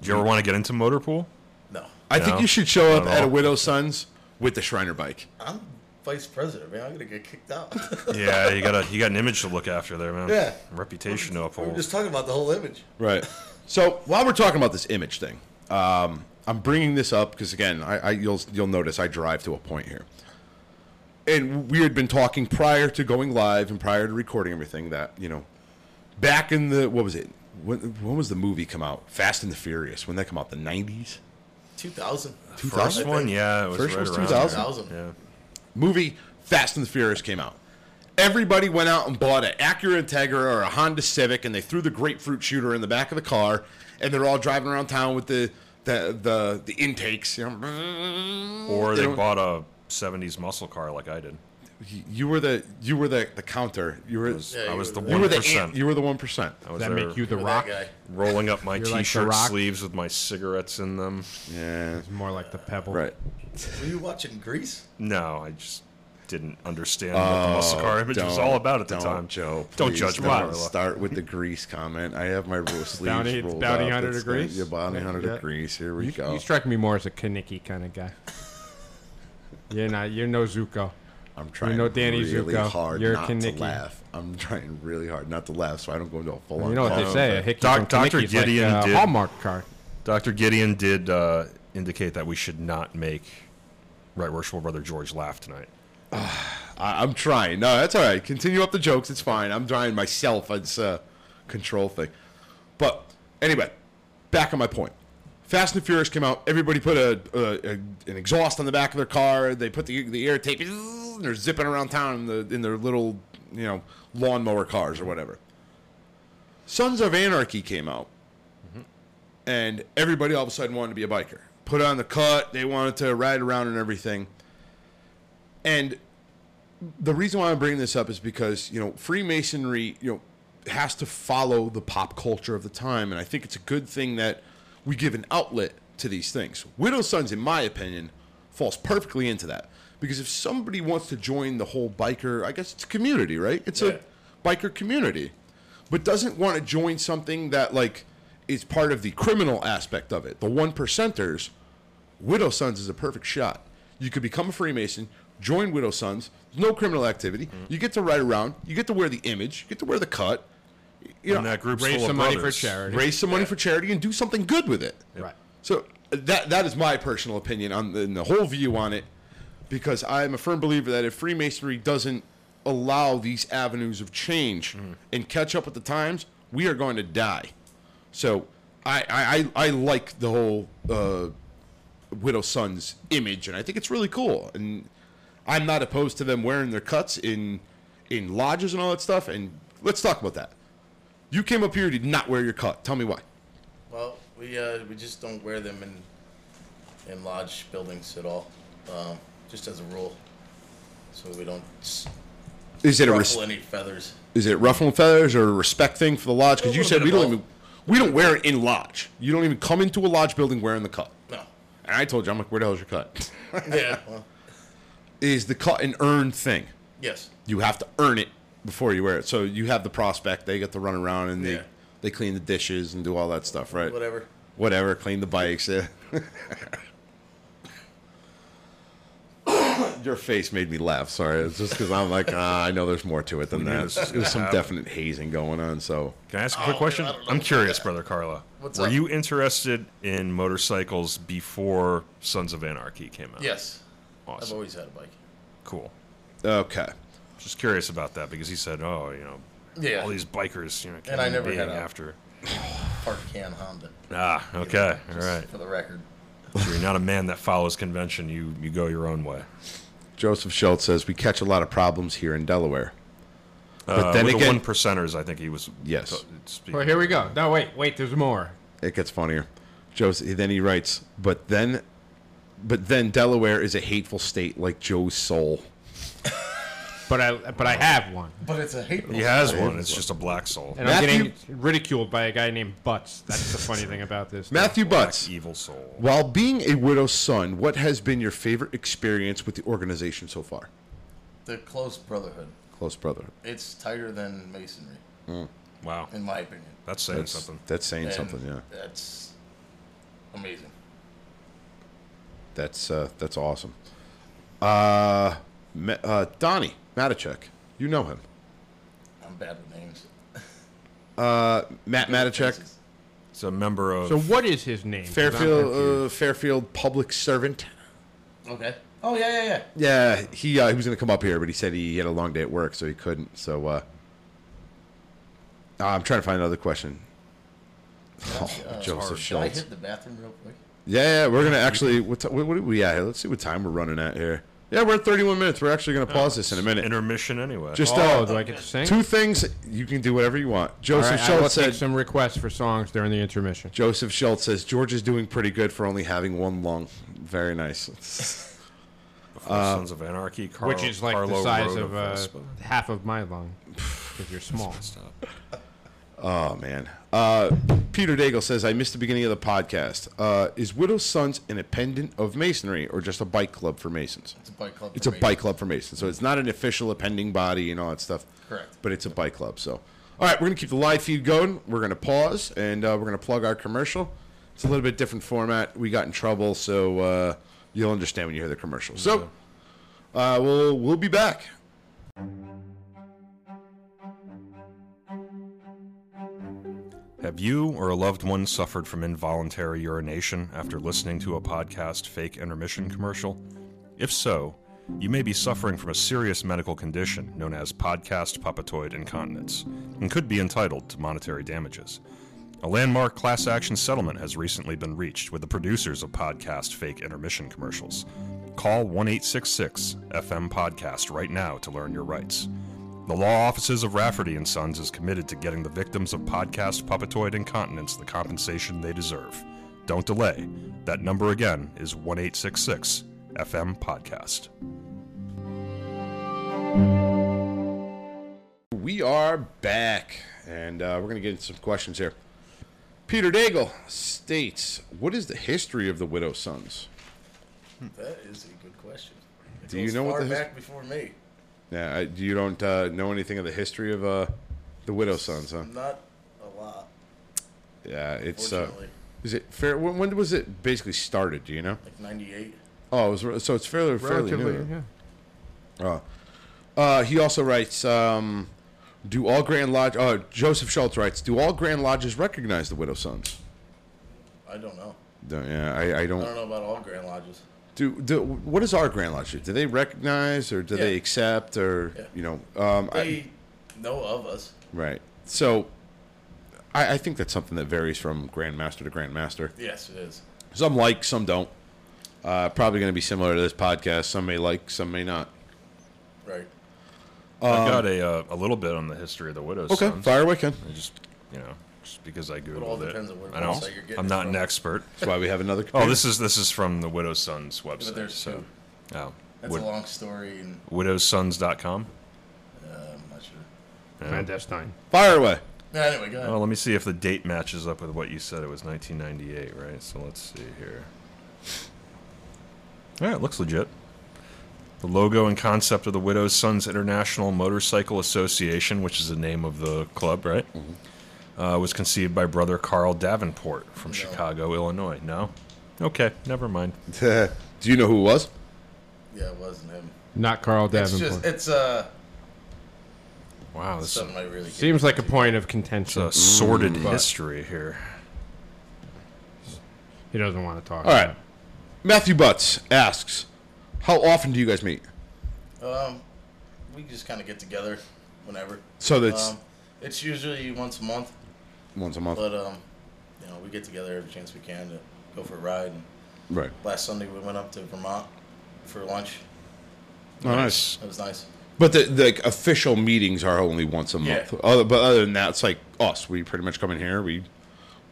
Do you ever want to get into motor pool? No. I No, think you should show up not at at a all. widow's son's with the Shriner bike. I'm vice president, man. I'm gonna get kicked out. Yeah, you got a you got an image to look after there, man. Yeah. reputation to we were uphold. just talking about the whole image. Right. So while we're talking about this image thing, um, I'm bringing this up because again, I, I you'll you'll notice I drive to a point here, and we had been talking prior to going live and prior to recording everything that you know, back in the what was it? When, when was the movie come out? Fast and the Furious. When that come out? The 90s. 2000. First 2000? one, yeah, it was First right one's around 2000. 2000. there. Yeah. movie Fast and the Furious came out. Everybody went out and bought an Acura Integra or a Honda Civic, and they threw the grapefruit shooter in the back of the car, and they're all driving around town with the the the, the intakes. You, know. Or they You know- bought a '70s muscle car like I did. you were the you were the, the counter. You were Was- Yeah, I you was the were you one were the ant, percent. Oh, you were the one percent. I was Does that there make you the That rock? guy. rolling up my like The t-shirt Rock? sleeves with my cigarettes in them. Yeah, More like the pebble. right. Were you watching Grease? No, I just didn't understand what the muscle car image was Oh, Don't- all about at the don't, time. Joe. Don't please judge me, don't Marla. Start with the grease comment. I have my rule sleeves Bounty- rolled bounty up. hunter It's to grease? Yeah, bounty hunter to Yeah. grease. Here we You, go. you strike me more as a Kaniki kind of guy. you're not. You're no Zuko. I'm trying know Danny really Zuko. hard You're a not to Kinnicky. laugh. I'm trying really hard not to laugh, so I don't go into a full on. You know what they Oh, say? okay. A hickey Doc- from Dr. Kaneki is Gideon like a did- Hallmark card. Dr. Gideon did uh, indicate that we should not make Right Worshipful Brother George laugh tonight. I, I'm trying. No, that's all right. Continue up the jokes. It's fine. I'm trying myself. It's a control thing. But anyway, back on my point. Fast and Furious came out. Everybody put a, a, a an exhaust on the back of their car. They put the the air tape. And they're zipping around town in the in their little you know lawnmower cars or whatever. Sons of Anarchy came out, and everybody all of a sudden wanted to be a biker. Put on the cut. They wanted to ride around and everything. And the reason why I'm bringing this up is because you know Freemasonry, you know, has to follow the pop culture of the time, and I think it's a good thing that we give an outlet to these things. Widow Sons, in my opinion, falls perfectly into that because if somebody wants to join the whole biker, I guess it's a community, right? It's Yeah. a biker community, but doesn't want to join something that like is part of the criminal aspect of it. The one percenters. Widow Sons is a perfect shot. You could become a Freemason, join Mm-hmm. Widow Sons, no criminal activity. You get to ride around, you get to wear the image, you get to wear the cut, you know, and that group's Raise full of some money for brothers. charity. raise some money for charity and do something good with it. Right. So that that is my personal opinion on the, and the whole view on it, because I am a firm believer that if Freemasonry doesn't allow these avenues of change and catch up with the times, we are going to die. So I I, I, I like the whole uh, widow son's image, and I think it's really cool. And I'm not opposed to them wearing their cuts in in lodges and all that stuff. And let's talk about that. You came up here, did not wear your cut. Tell me why. Well, we uh, we just don't wear them in in lodge buildings at all, um, just as a rule. So we don't s- Is it a res- ruffle any feathers. is it ruffle and feathers or a respect thing for the lodge? Because A you little said bit we of don't both. even we don't wear it in lodge. You don't even come into a lodge building wearing the cut. (laughs) No. And I told you, I'm like, where the hell's your (laughs) cut? Yeah. Well, is the cut an earned thing? yes. You have to earn it before you wear it. So you have the prospect; they get to run around and they Yeah. they clean the dishes and do all that stuff, right? Whatever. Whatever, clean the bikes. (laughs) Yeah. Your face made me laugh. Sorry, it's just because I'm like, ah, I know there's more to it than knew that. this was There's some gonna happen. definite hazing going on. So Can I ask a dude, quick Oh, I question? don't know I'm about curious, that. Brother Carla. What's Were up? you interested in motorcycles before Sons of Anarchy came out? Yes. I've Awesome. always had a bike. Cool. Okay. Just curious about that because he said, "Oh, you know, Yeah. all these bikers, you know, came I into never being had a- after." Park can Honda. Ah, okay, all Just right. For the record. So you're not a man that follows convention. You you go your own way. Joseph Schultz says we catch a lot of problems here in Delaware. But Uh, then with the again, one percenters, I think he was. Yes. t- speaking Well, here we go. No, wait, wait. There's more. it gets funnier. Joseph then he writes, but then but then Delaware is a hateful state like Joe's soul. But I, but I have one, But it's a hateful. He has one. It's just a black soul, and I'm Matthew- getting ridiculed by a guy named Butts. That's the funny thing about this. Matthew black Butts. evil soul. While being a widow's son, what has been your favorite experience with the organization so far? The close brotherhood. Close brother. It's tighter than masonry, Wow, in my opinion. that's saying That's something. that's saying And something, yeah. That's amazing. That's uh, that's awesome. Uh, Ma- uh Donnie Matichek. You know him. I'm bad with names. Matt Matichek. Faces. It's a member of. So what is his name? 'Cause I'm Fairfield, uh, confused. Fairfield public servant. Okay. Oh yeah, yeah, yeah. Yeah, he uh, he was going to come up here, but he said he had a long day at work, so he couldn't. So uh, I'm trying to find another question. Oh, Joseph hard. Should I Schultz. hit the bathroom real quick? Yeah, yeah, we're gonna actually. What, ti- what, what are we at here? Let's see what time we're running at here. Yeah, we're at 31 minutes. We're actually gonna pause this in a minute. intermission anyway. Just Oh, uh, do I get to sing? two things. You can do whatever you want. All Joseph right, I will Schultz take said. some requests for songs during the intermission. Joseph Schultz says George is doing pretty good for only having one lung. Very nice. before uh, Sons of Anarchy, Carl, which is like Carlo the size Road of uh, Vespa. half of my lung because you're small. Stop. Oh man. Uh, Peter Daigle says, "I missed the beginning of the podcast. Uh, is Widow's Sons an appendant of Masonry, or just a bike club for Masons? It's a bike club. It's for a me. bike club for Masons, so it's not an official appending body and all that stuff. Correct. But it's a bike club. So, all right, we're gonna keep the live feed going. We're gonna pause and uh, we're gonna plug our commercial. It's a little bit different format. We got in trouble, so uh, you'll understand when you hear the commercial. So, uh, we'll we'll be back. Have you or a loved one suffered from involuntary urination after listening to a podcast fake intermission commercial? If so, you may be suffering from a serious medical condition known as podcast puppetoid incontinence and could be entitled to monetary damages. A landmark class action settlement has recently been reached with the producers of podcast fake intermission commercials. Call 1 866 FM Podcast right now to learn your rights. The law offices of Rafferty and Sons is committed to getting the victims of podcast puppetoid incontinence the compensation they deserve. Don't delay. That number again is 1866 FM podcast. We are back, and uh, we're going to get into some questions here. Peter Daigle states, "What is the history of the widow sons?" That is a good question. It Do you goes know what far the his- back before me? Yeah, I, you don't uh, know anything of the history of uh, the widow sons, huh? Not a lot, Yeah, it's. Uh, fortunately. is it fair? When, when was it basically started? Do you know? like '98. Oh, it was, re- so it's fairly fairly Relatively, new. yeah. Uh, he also writes, um, Do all Grand Lodge? Uh, Joseph Schultz writes. Do all Grand Lodges recognize the widow sons? I don't know. Don't- Yeah, I, I I don't. don't know about all Grand Lodges. Do, do what does our Grand Lodge do? Do they recognize or do they Yeah. accept or Yeah. you know? Um, I- They know of us. right. So, I, I think that's something that varies from Grand Master to Grand Master. Yes, it is. Some like, some don't. Uh, probably going to be similar to this podcast. Some may like, some may not. Right. I've got a uh, a little bit on the history of the widow's Okay, sons. Fire Wiccan. I just you know just because I googled all it. depends on where- I don't. website you're getting I'm it not an from. (laughs) expert. That's why we have (laughs) another. Oh, this is this is from the widow's sons website. there's so, two. oh, That's wid- a long story, and widowsons.com. uh, I'm not sure. Clandestine. fire away. (laughs) Nah, anyway, go ahead. Oh, let me see if the date matches up with what you said. It was 1998, right? So let's see here. All right, looks legit. The logo and concept of the Widow's Sons International Motorcycle Association, which is the name of the club, right? Mm-hmm. Uh, was conceived by brother Carl Davenport from Chicago, Illinois. No? Okay, never mind. do you know who it was? Yeah, it wasn't him. Not Carl It's Davenport. just it's uh Wow, this is something I really can't- Seems like a point of a contention. sordid Mm-hmm. but- history here. he doesn't want to talk. All right. about it. Matthew Butts asks, "How often do you guys meet?" Um, we just kind of get together whenever. So that's Um, it's usually once a month, once a month, but um, you know, we get together every chance we can to go for a ride. And right? last Sunday we went up to Vermont for lunch. Nice. That was nice. But the, the like, official meetings are only once a month. Yeah. Other, but other than that, it's like us. We pretty much come in here. We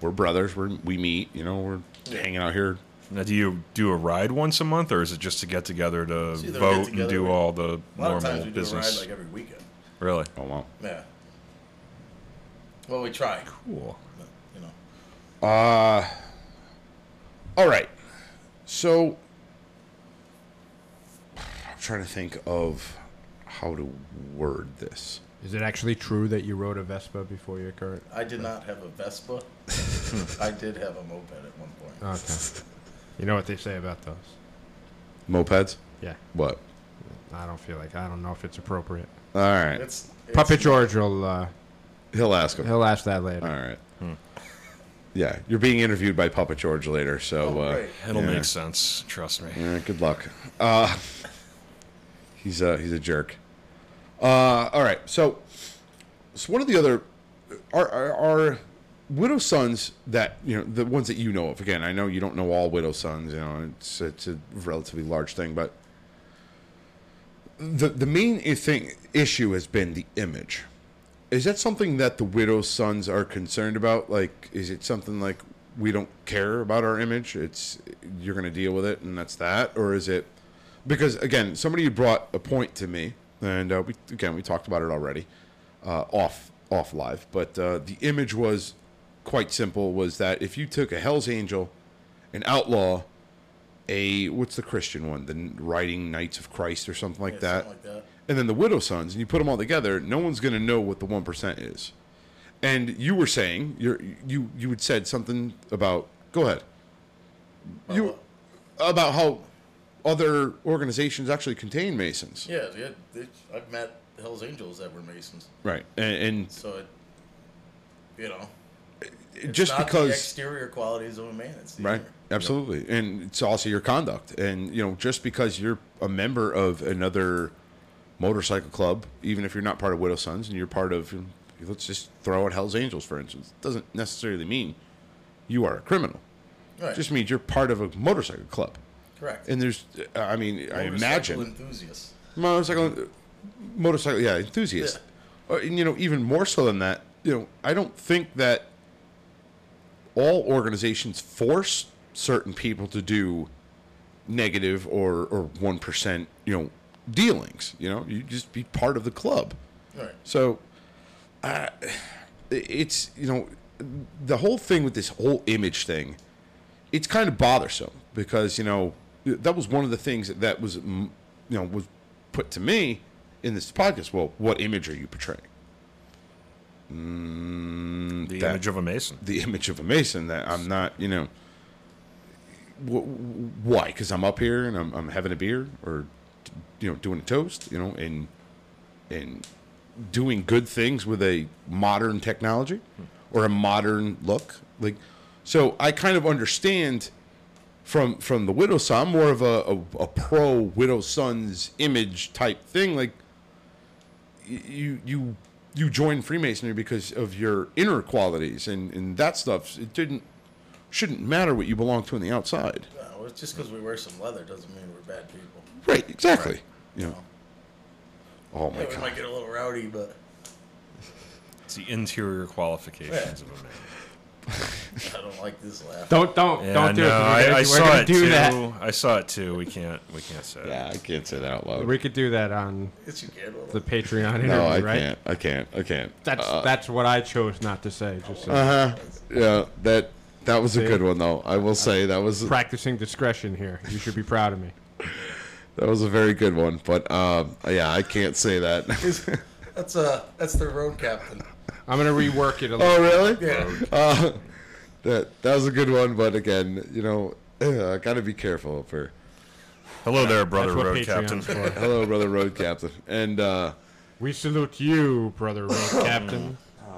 we're brothers. We are we meet. You know, we're Yeah. hanging out here. Now, do you do a ride once a month, or is it just to get together to either a vote and get-together do or- all the A lot of times normal we business? do a ride like every weekend. really? Oh wow. Yeah. Well, we try. Cool. but, You know. Uh, All right. So I'm trying to think of how to word this. Is it actually true that you rode a Vespa before your current? I did not have (laughs) a Vespa. I did have a moped at one point. Uh, Okay. you know what they say about those? Mopeds. Yeah. What? I don't feel like I don't know if it's appropriate. All right. It's, it's Puppet George will uh, He'll ask him. he'll ask that All later. right. Yeah, you're being interviewed by Puppet George later, so Oh, uh, great. It'll Yeah. make sense. Trust me. Yeah, good luck. Uh, (laughs) he's a he's a jerk. Uh, all right, so so one of the other are are, are widow sons that you know the ones that you know of. Again, I know you don't know all widow sons. You know, it's it's a relatively large thing, but the the main i- thing issue has been the image. Is that something that the widow sons are concerned about? Like, is it something like we don't care about our image? It's you're going to deal with it, and that's that, or is it? Because again, somebody brought a point to me, and uh, we again we talked about it already, uh, off off live. But uh, the image was quite simple: was that if you took a Hell's Angel, an outlaw, a what's the Christian one, the Riding Knights of Christ or something like yeah, that, something like that. and then the widow sons, and you put them all together, no one's going to know what the one percent is. And you were saying you're, you you had said something about go ahead, you uh, about how other organizations actually contain masons, Yeah, yeah. They, I've met Hell's Angels that were Masons, right? And, so it, you know, and it's just not the because exterior qualities of a man, it's the Right. inner. Absolutely. And it's also your conduct. And, you know, just because you're a member of another motorcycle club, even if you're not part of Widow Sons and you're part of, let's just throw out Hell's Angels, for instance, doesn't necessarily mean you are a criminal. Right. It just means you're part of a motorcycle club. correct. And there's, I mean, I Motorcycle imagine enthusiasts. motorcycle motorcycle yeah enthusiast Uh, and you know even more so than that you know i don't think that all organizations force certain people to do negative or or 1% you know dealings you know you just be part of the club Right. so uh, it's you know the whole thing with this whole image thing it's kind of bothersome because you know that was one of the things that was mm, you know was put to me in this podcast. Well, what image are you portraying? Mm, The That- image of a mason. The image of a mason that I'm not. You know, wh- wh- why? Because I'm up here and I'm, I'm having a beer or you know doing a toast. You know, and and doing good things with a modern technology or a modern look. Like, so I kind of understand from from the widow's son. I'm more of a, a, a pro widow son's image type thing. Like, y- you you you join Freemasonry because of your inner qualities and and that stuff. It didn't shouldn't matter what you belong to on the outside. No, it's just because we wear some leather doesn't mean we're bad people. Right. Exactly. You know. Oh my Yeah, we god. might get a little rowdy, but It's the interior qualifications of a man. I don't like this laugh. Don't don't Yeah, don't do no, it. 'cause uh, I, I we're gonna, saw we're it gonna do too. that. I saw it too. We can't. We can't say. it. I can't say that out loud. We could do that on It's you can. (laughs) the Patreon interview, No, I right? can't. Uh, I can't. I can't. uh-huh. That's that's what I chose not to say. Just so. yeah, that that was a good one though. I will say that was practicing discretion here. You should be proud of me. that was a very good one. But um, yeah, I can't say that. (laughs) That's uh, that's the road captain. I'm gonna rework it a little. oh really? Yeah. Uh, that that was a good one. But again, you know, (clears throat) uh, gotta be careful for. Hello there, brother That's what road Patreon's captain. for. Hello, brother road captain, and uh, We salute you, (coughs) brother road captain.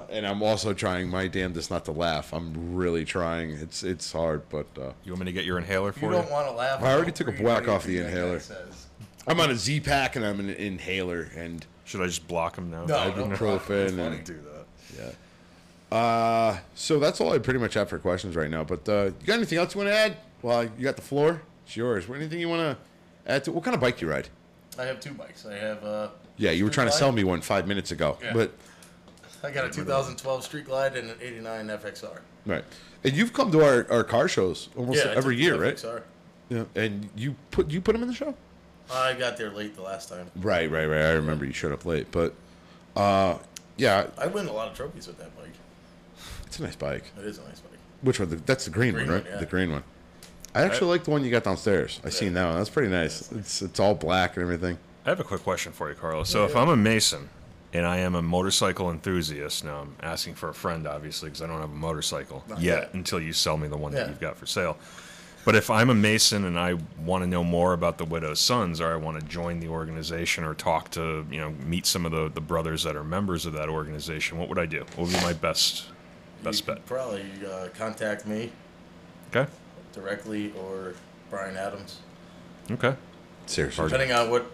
and I'm also trying my damnedest not to laugh. I'm really trying. It's it's hard, but uh, You want me to get your inhaler You for you? don't want to laugh. I already Don't took a read whack off anything the that guy inhaler. says. I'm on a Z pack and I'm an inhaler and Should I just block him now? No, I- don't (laughs) ibuprofen laugh. and do that. Yeah. Uh, so that's all I pretty much have for questions right now. But uh, you got anything else you want to add? Well, you got the floor. It's yours. What anything you want to add to? What kind of bike you ride? I have two bikes. I have uh. Yeah, you were Street trying to Glide. sell me one five minutes ago, Yeah. but I got a 2012 Street Glide and an '89 FXR. right. And you've come to our, our car shows almost I every took the year, right? FXR. Yeah. And you put you put them in the show. I got there late the last time. Right, right, right. I remember you showed up late, but uh, yeah, I win a lot of trophies with that bike. it's a nice bike. It is a nice bike. Which one? The, that's the green, Green one, right? one, yeah. The green one. I actually like the one you got downstairs. I seen that one. That's pretty nice. It's it's all black and everything. I have a quick question for you, Carlos. So if I'm a mason and I am a motorcycle enthusiast, now I'm asking for a friend, obviously, because I don't have a motorcycle yet, yet. until you sell me the one Yeah. that you've got for sale. But if I'm a mason and I want to know more about the widow's sons, or I want to join the organization, or talk to you know meet some of the, the brothers that are members of that organization, what would I do? What would be my best best you could bet? Probably uh, contact me Okay, directly or Brian Adams, okay. Seriously. depending on what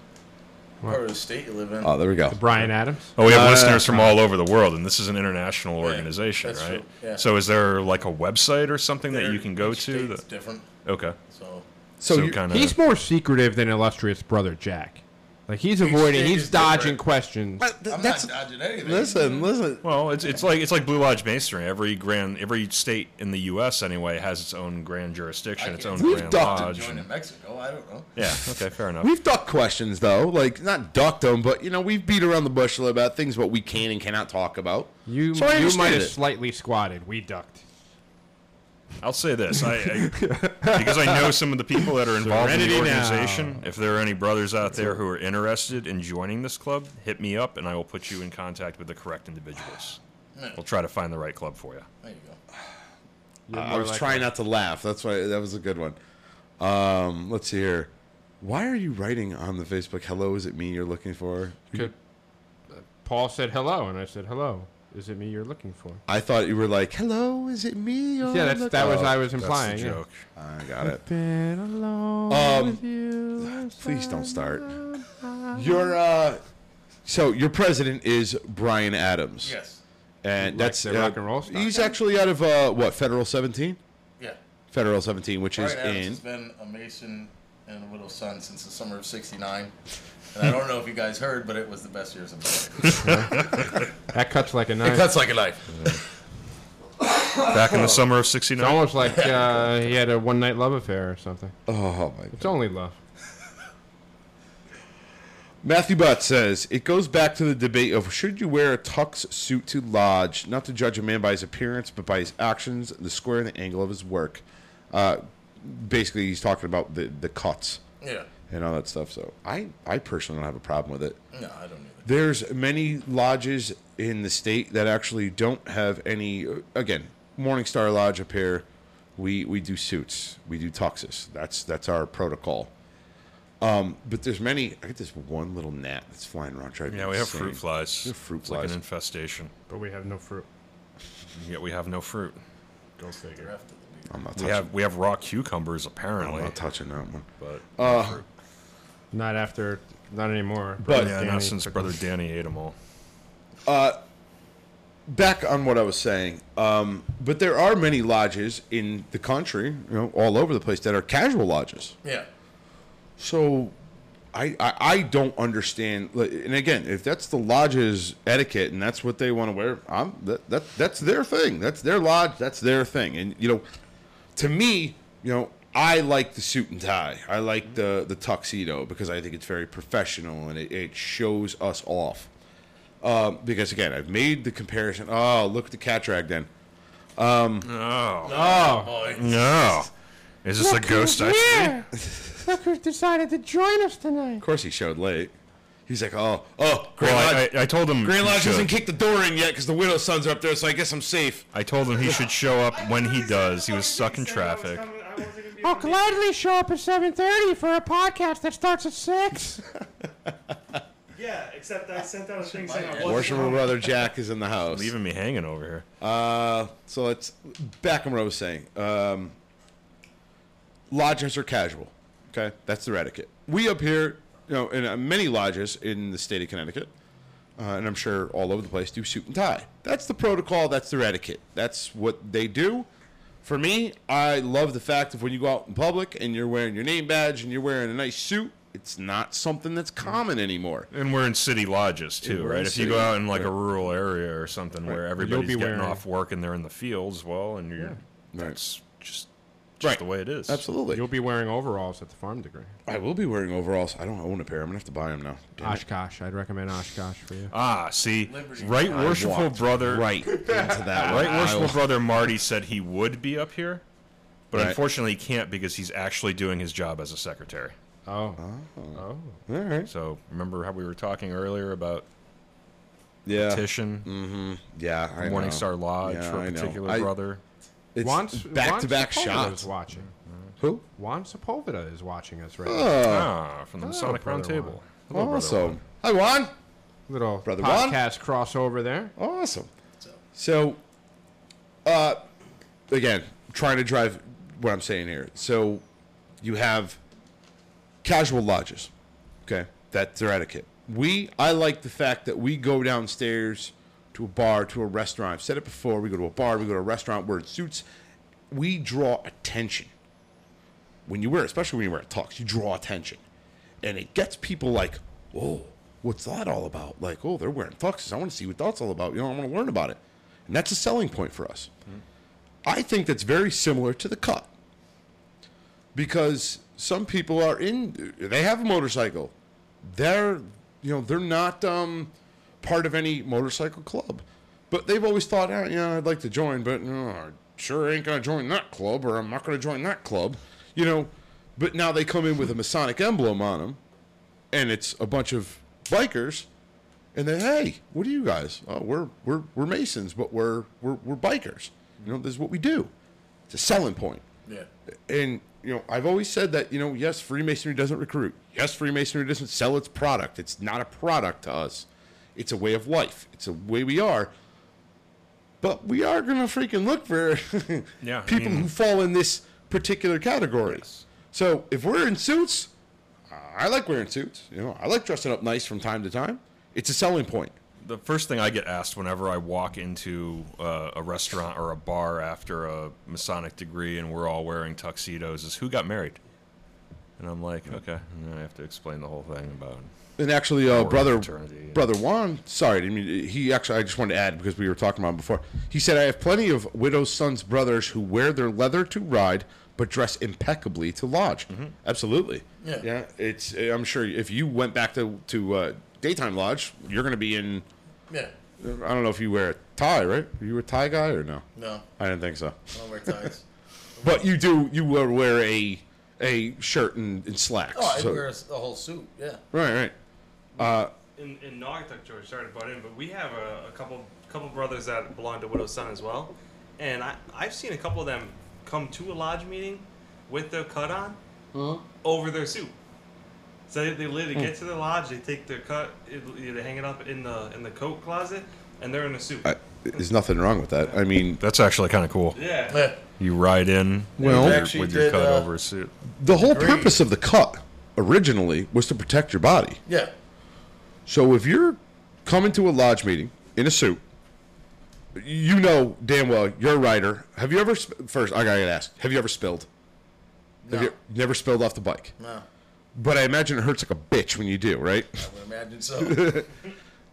part of the state you live in. Oh, there we go. Brian Adams. Oh, we have Uh, listeners from all over the world, and this is an international organization, that's right? true, yeah. So, is there like a website or something that There- you can go each to? state's that- different. okay. So So, So you- kinda- He's more secretive than illustrious brother Jack. Like he's avoiding, stage he's is different. dodging questions. But Uh, th- I'm that's- not dodging anything. listen, listen. Well, it's, it's like it's like Blue Lodge Masonry. Every grand, every state in the U.S. anyway has its own grand jurisdiction, its own can't- We've grand ducked to lodge. join and- in Mexico. I don't know. yeah. Okay. Fair enough. We've ducked questions though, like not ducked them, but you know we've beat around the bush a little about things what we can and cannot talk about. You, so I you might understand have it. slightly squatted. We ducked. I'll say this, I, (laughs) I because I know some of the people that are involved in the Serenity now. organization. If there are any brothers out there who are interested in joining this club, hit me up, and I will put you in contact with the correct individuals. We'll try to find the right club for you. There you go. You're I more was like- trying not to laugh. That's why that was a good one. Um, let's see here. Why are you writing on the Facebook? Hello, is it me you're looking for? Could- uh, Paul said hello, and I said hello. Is it me you're looking for? I thought you were like, "Hello, is it me?" you're Yeah, that's that was looking-" I was That's implying. the yeah. joke. I got it. Been alone Um, with you. Please don't start. Your uh, so your president is Brian Adams. Yes. and Like that's the uh, rock and roll stuff. He's actually out of uh, what Federal 17, Yeah. Federal 17, which Brian is Adams in has been a Mason and a Widow son since the summer of '69. And I don't know if you guys heard, but it was the best years of my life. That cuts like a knife. like a knife. Back in the summer of '69. It's (laughs) almost like uh, he had a one night love affair or something. oh my It's only love. Matthew Butt says it goes back to the debate of should you wear a tux suit to lodge, not to judge a man by his appearance, but by his actions, the square and the angle of his work. Uh, basically, he's talking about the the cuts Yeah. and all that stuff. So I I personally don't have a problem with it. No, I don't either. There's many lodges in the state that actually don't have any. Again, Morningstar Lodge up here, we we do suits, we do tuxes. That's that's our protocol. Um, but there's many. I get this one little gnat that's flying around. driving me Yeah, we have fruit insane. flies. We have fruit It's like flies. an infestation. But we have no fruit. Yet we have no fruit. Go figure. Draft of the I'm not We touching. have we have raw cucumbers I'm apparently, not touching that one. but Uh, Not after. Not anymore. But- yeah, Danny not since took brother them. Danny ate them all. back on what I was saying, um, but there are many lodges in the country, you know, all over the place that are casual lodges. week. Yeah. So I, I, I don't understand. like, And again, if that's the lodge's etiquette and that's what they want to wear, I'm, that, that that's their thing. That's their lodge. That's their thing. And you know, to me, you know, I like the suit and tie. I like the the tuxedo because I think it's very professional and it, it shows us off. Um, because again, I've made the comparison. Oh, look at the cat drag then. No, Oh, Boy. no, is this a ghost I see? Sucker decided to join us tonight. Of course, he showed late. He's like, oh, oh, Green Well, I, Lodge, I, I told him. Green he Lodge should. hasn't kicked the door in yet because the widow's sons are up there, so I guess I'm safe. I told him he should show up when he does. He was stuck in traffic. I'll gladly show up at 7:30 for a podcast that starts at six. Yeah, except I sent out a thing saying I Mine- wasn't. Worshipful brother Jack is in the house. Leaving me hanging over here. Uh, so it's back on what I was saying. Um, lodges are casual. Okay, that's their etiquette. We up here, you know, in uh, many lodges in the state of Connecticut, uh, and I'm sure all over the place, do suit and tie. That's the protocol. That's their etiquette. That's what they do. For me, I love the fact of when you go out in public and you're wearing your name badge and you're wearing a nice suit. It's not something that's common anymore. And we're in city lodges Yeah, too, we're in right? If you city go out in like a rural area or something where But you'll everybody's be getting wearing- off work and they're in the fields, well, and you're that's just, just Right. the way it is. Absolutely. You'll be wearing overalls at the farm degree. I will be wearing overalls. I don't own a pair. I'm gonna have to buy them now. Damn it. Oshkosh. I'd recommend Oshkosh for you. Ah, see, Liberty. right I worshipful walked brother, right into that right one. worshipful I- brother Marty said he would be up here, but Right. unfortunately he can't because he's actually doing his job as a secretary. Oh. Oh. All right. So remember how we were talking earlier about Yeah. Titian, Yeah. I know. Morningstar Lodge Yeah, for I a know. particular I- brother? It's Juan- back to back Juan Sepulveda shots. Is watching. Who? Juan Sepulveda is watching us right now. Oh, ah, from the Masonic brother Round Table. Juan. Hello, brother awesome. Juan. Hi, Juan. Little Brother Juan? podcast crossover there. Awesome. So, uh, again, trying to drive what I'm saying here. So, you have casual lodges. Okay, that's their etiquette. We, I like the fact that we go downstairs to a bar, to a restaurant. I've said it before. We go to a bar, we go to a restaurant. We're in suits. We draw attention when you wear, especially when you wear a tux. You draw attention, and it gets people like, "Whoa, what's that all about?" Like, "Oh, they're wearing tuxes. I want to see what that's all about. You know, I want to learn about it." And that's a selling point for us. I think that's very similar to the cut because some people are in they have a motorcycle they're you know they're not um, part of any motorcycle club but they've always thought "Ah, you know i'd like to join but no, I sure ain't gonna join that club or i'm not gonna join that club you know but now they come in with a masonic emblem on them and it's a bunch of bikers and then hey what are you guys oh we're we're, we're masons but we're, we're we're bikers you know this is what we do it's a selling point Yeah. and you know i've always said that you know yes freemasonry doesn't recruit yes freemasonry doesn't sell its product it's not a product to us it's a way of life it's a way we are but we are going to freaking look for (laughs) Yeah, I people mean- who fall in this particular category so if we're in suits i like wearing suits you know i like dressing up nice from time to time it's a selling point the first thing I get asked whenever I walk into uh, a restaurant or a bar after a Masonic degree and we're all wearing tuxedos is who got married. And I'm like, okay, and then I have to explain the whole thing about. And actually, uh, Or brother, fraternity, yeah. brother Juan. Sorry, I didn't mean he actually. I just wanted to add because we were talking about it before. He said, "I have plenty of widows' sons, brothers who wear their leather to ride, but dress impeccably to lodge." Absolutely. Yeah. Mm-hmm. Yeah. It's. I'm sure if you went back to to uh, daytime lodge, you're going to be in. Yeah. I don't know if you wear a tie, right? Are you a tie guy or no? No. I didn't think so. I don't (laughs) wear ties. But you do. You will wear a a shirt and, and slacks. Oh, I so- wear a, s- a whole suit. Yeah. Right. Right. In, in Naugatuck, George, sorry to butt in, but we have a, a couple couple brothers that belong to Widow's Son as well. And I, I've seen a couple of them come to a lodge meeting with their cut on over their suit. So they, they literally get to the lodge, they take their cut, it, they hang it up in the in the coat closet, and they're in a suit. I, there's nothing wrong with that. I mean, That's actually kind of cool. yeah. Yeah. You ride in Well- with Actually your, with your did, cut uh, over a suit. the whole Agreed. purpose of the cut originally was to protect your body. Yeah. So if you're coming to a lodge meeting in a suit, you know damn well you're a rider. Have you ever sp- first? I gotta ask. Have you ever spilled? No. Have you never spilled off the bike? no. But I imagine it hurts like a bitch when you do, right? I would (laughs) imagine so.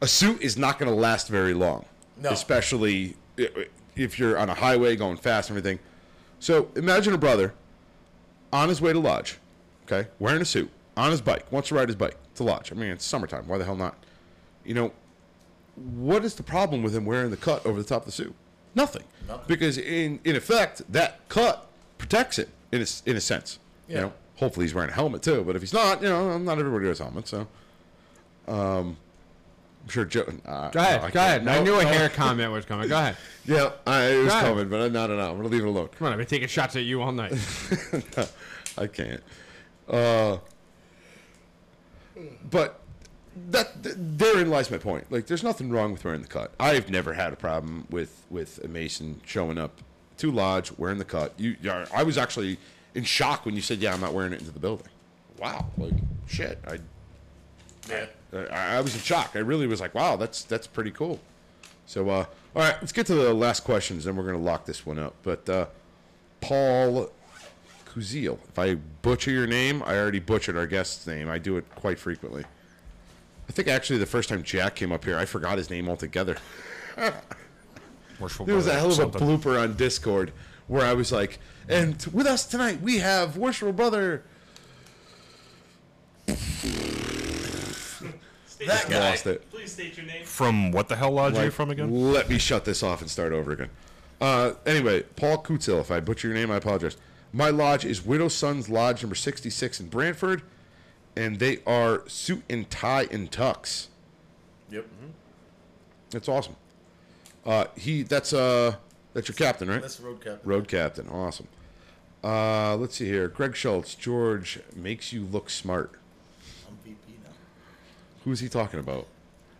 a suit is not going to last very long. No. Especially i- if you're on a highway going fast and everything. So imagine a brother on his way to lodge, okay, wearing a suit, on his bike, wants to ride his bike to lodge. I mean, it's summertime. Why the hell not? You know, what is the problem with him wearing the cut over the top of the suit? Nothing. Nothing. Because in, in effect, that cut protects it in a, s- in a sense. You Yeah. know, hopefully he's wearing a helmet too, but if he's not, you know, not everybody wears helmets, so. Um, I'm sure Joe. Uh, Go no, I ahead. go can't- ahead. I no, knew a no. hair comment was coming. Go ahead. Yeah, I, it was ahead. coming, but I, no, no, no. I'm going to leave it alone. (laughs) Come on, I've been taking shots at you all (laughs) night. I can't. Uh, but that th- therein lies my point. Like, there's nothing wrong with wearing the cut. I've never had a problem with with a mason showing up to lodge wearing the cut. You, yeah, I was actually in shock when you said, "Yeah, I'm not wearing it into the building." Wow, like shit. I yeah. I, I was in shock. I really was like, "Wow, that's that's pretty cool." So, uh, all right, let's get to the last questions, then we're gonna lock this one up. But uh, Paul Kuziel, if I butcher your name, I already butchered our guest's name. I do it quite frequently. I think actually the first time Jack came up here, I forgot his name altogether. Worshipful There was a brother, hell of a something. blooper on Discord where I was like, and t- with us tonight we have worshipful brother. State That your- guy. Lost it. Please state your name. From what the hell lodge are you Like, from again? Let me shut this off and start over again. Uh, anyway, Paul Kutzil, if I butcher your name, I apologize. My lodge is Widow Son's Lodge number 66 in Brantford, and they are suit and tie and tux. Yep. Mm-hmm. That's awesome. Uh, he that's uh that's your captain, right? That's the road captain. Road captain, awesome. Uh, let's see here. Greg Schultz, George makes you look smart. I'm VP now. Who's he talking about?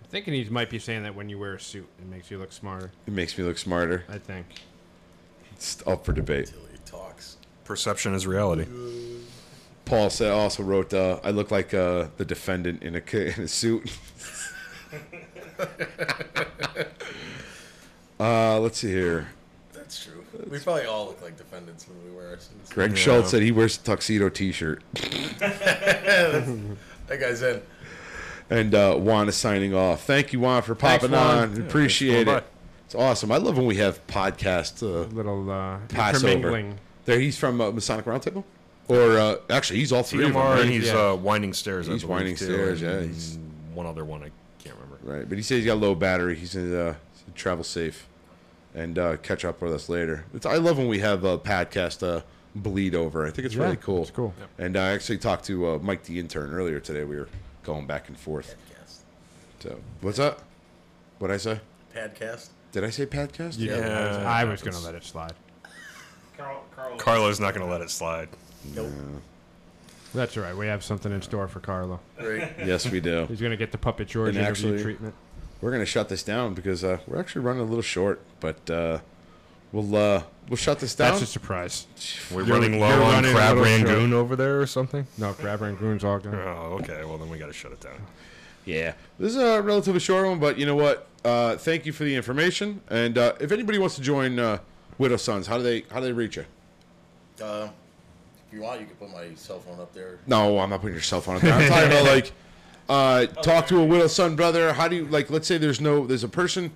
I'm thinking he might be saying that when you wear a suit, it makes you look smarter. It makes me look smarter. I think. It's up for debate. Till he talks. Perception is reality. Paul said also wrote, uh, "I look like uh, the defendant in a ca- in a suit." (laughs) uh, let's see here. That's true. we probably all look like defendants when we wear our suits. Greg Yeah. Schultz said he wears a tuxedo T-shirt, That guy's in. and uh, Juan is signing off. Thank you, Juan, for popping Juan. on. Yeah, thanks Appreciate for coming it. It's awesome. I love when we have podcast uh, Little uh, passover. intermingling. There, he's from uh, Masonic Roundtable, or uh, actually, he's all three of them. TMR right? and he's Yeah. uh, winding stairs. I He's believe, Winding too, Stairs, and yeah, he's- one other one I can't remember. Right, but he says he's got low battery. He's in uh, travel safe, and uh, catch up with us later. It's, I love when we have a podcast uh, bleed over. I think it's really Yeah, cool. it's cool. And I actually talked to uh, Mike the intern earlier today. We were going back and forth. Podcast. So what's up? What I say? Podcast. Did I say podcast? Yeah, Yeah. I was gonna let it slide. Carl. Carl. Carlo's not going to let it slide. Nope. That's all right. We have something in store for Carlo. Right. Yes, we do. (laughs) He's gonna get the puppet George And interview actually- treatment. we're gonna shut this down because uh, we're actually running a little short. But uh, we'll uh, we'll shut this down. That's a surprise. We're You're- running low you're on running a Crab little short. Rangoon over there or something? No, Grabber and Groon's all gone. Oh, okay. Well, then we got to shut it down. Yeah, this is a relatively short one, but you know what? Uh, thank you for the information. And uh, if anybody wants to join uh, Widow Sons, how do they how do they reach you? Uh, if you want, you can put my cell phone up there. No, I'm not putting your cell phone up there. I'm talking about like uh, talk to a Widow Son brother. How do you like? Let's say there's no there's a person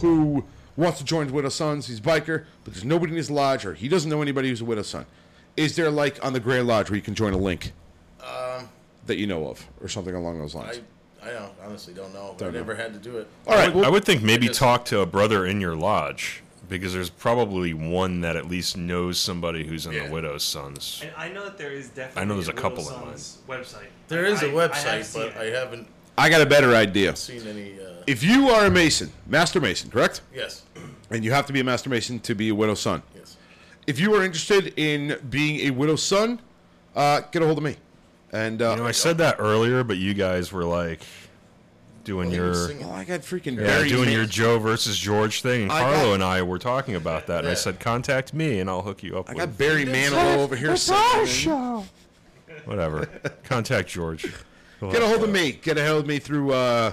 who wants to join Widow Sons. He's a biker, but there's nobody in his lodge, or he doesn't know anybody who's a Widow Son. Is there like on the Gray Lodge where you can join a link Um. that you know of, or something along those lines? I, I don't, honestly don't know. Don't I know. never had to do it. All right, well, I would think maybe just- talk to a brother in your lodge because there's probably one that at least knows somebody who's in Yeah. the widow's sons. And I know that there is definitely. there's a couple Little online. Sons Website. There is a a website, but I haven't I got a better idea. seen any. Uh, If you are a Mason, Master Mason, correct? yes. And you have to be a Master Mason to be a Widow Son. Yes. If you are interested in being a Widow Son, uh, get a hold of me. And uh, You know, I said that earlier, but you guys were like doing Well, you were your singing. well, oh, I got freaking yeah, Barry doing your Sanders- Joe versus George thing. And I Carlo got- and I were talking about that, and I Yeah. said, "Contact me, and I'll hook you up I with got Barry Manilow over here. singing. whatever." Contact George. Get a hold of me. Get a hold of me through uh,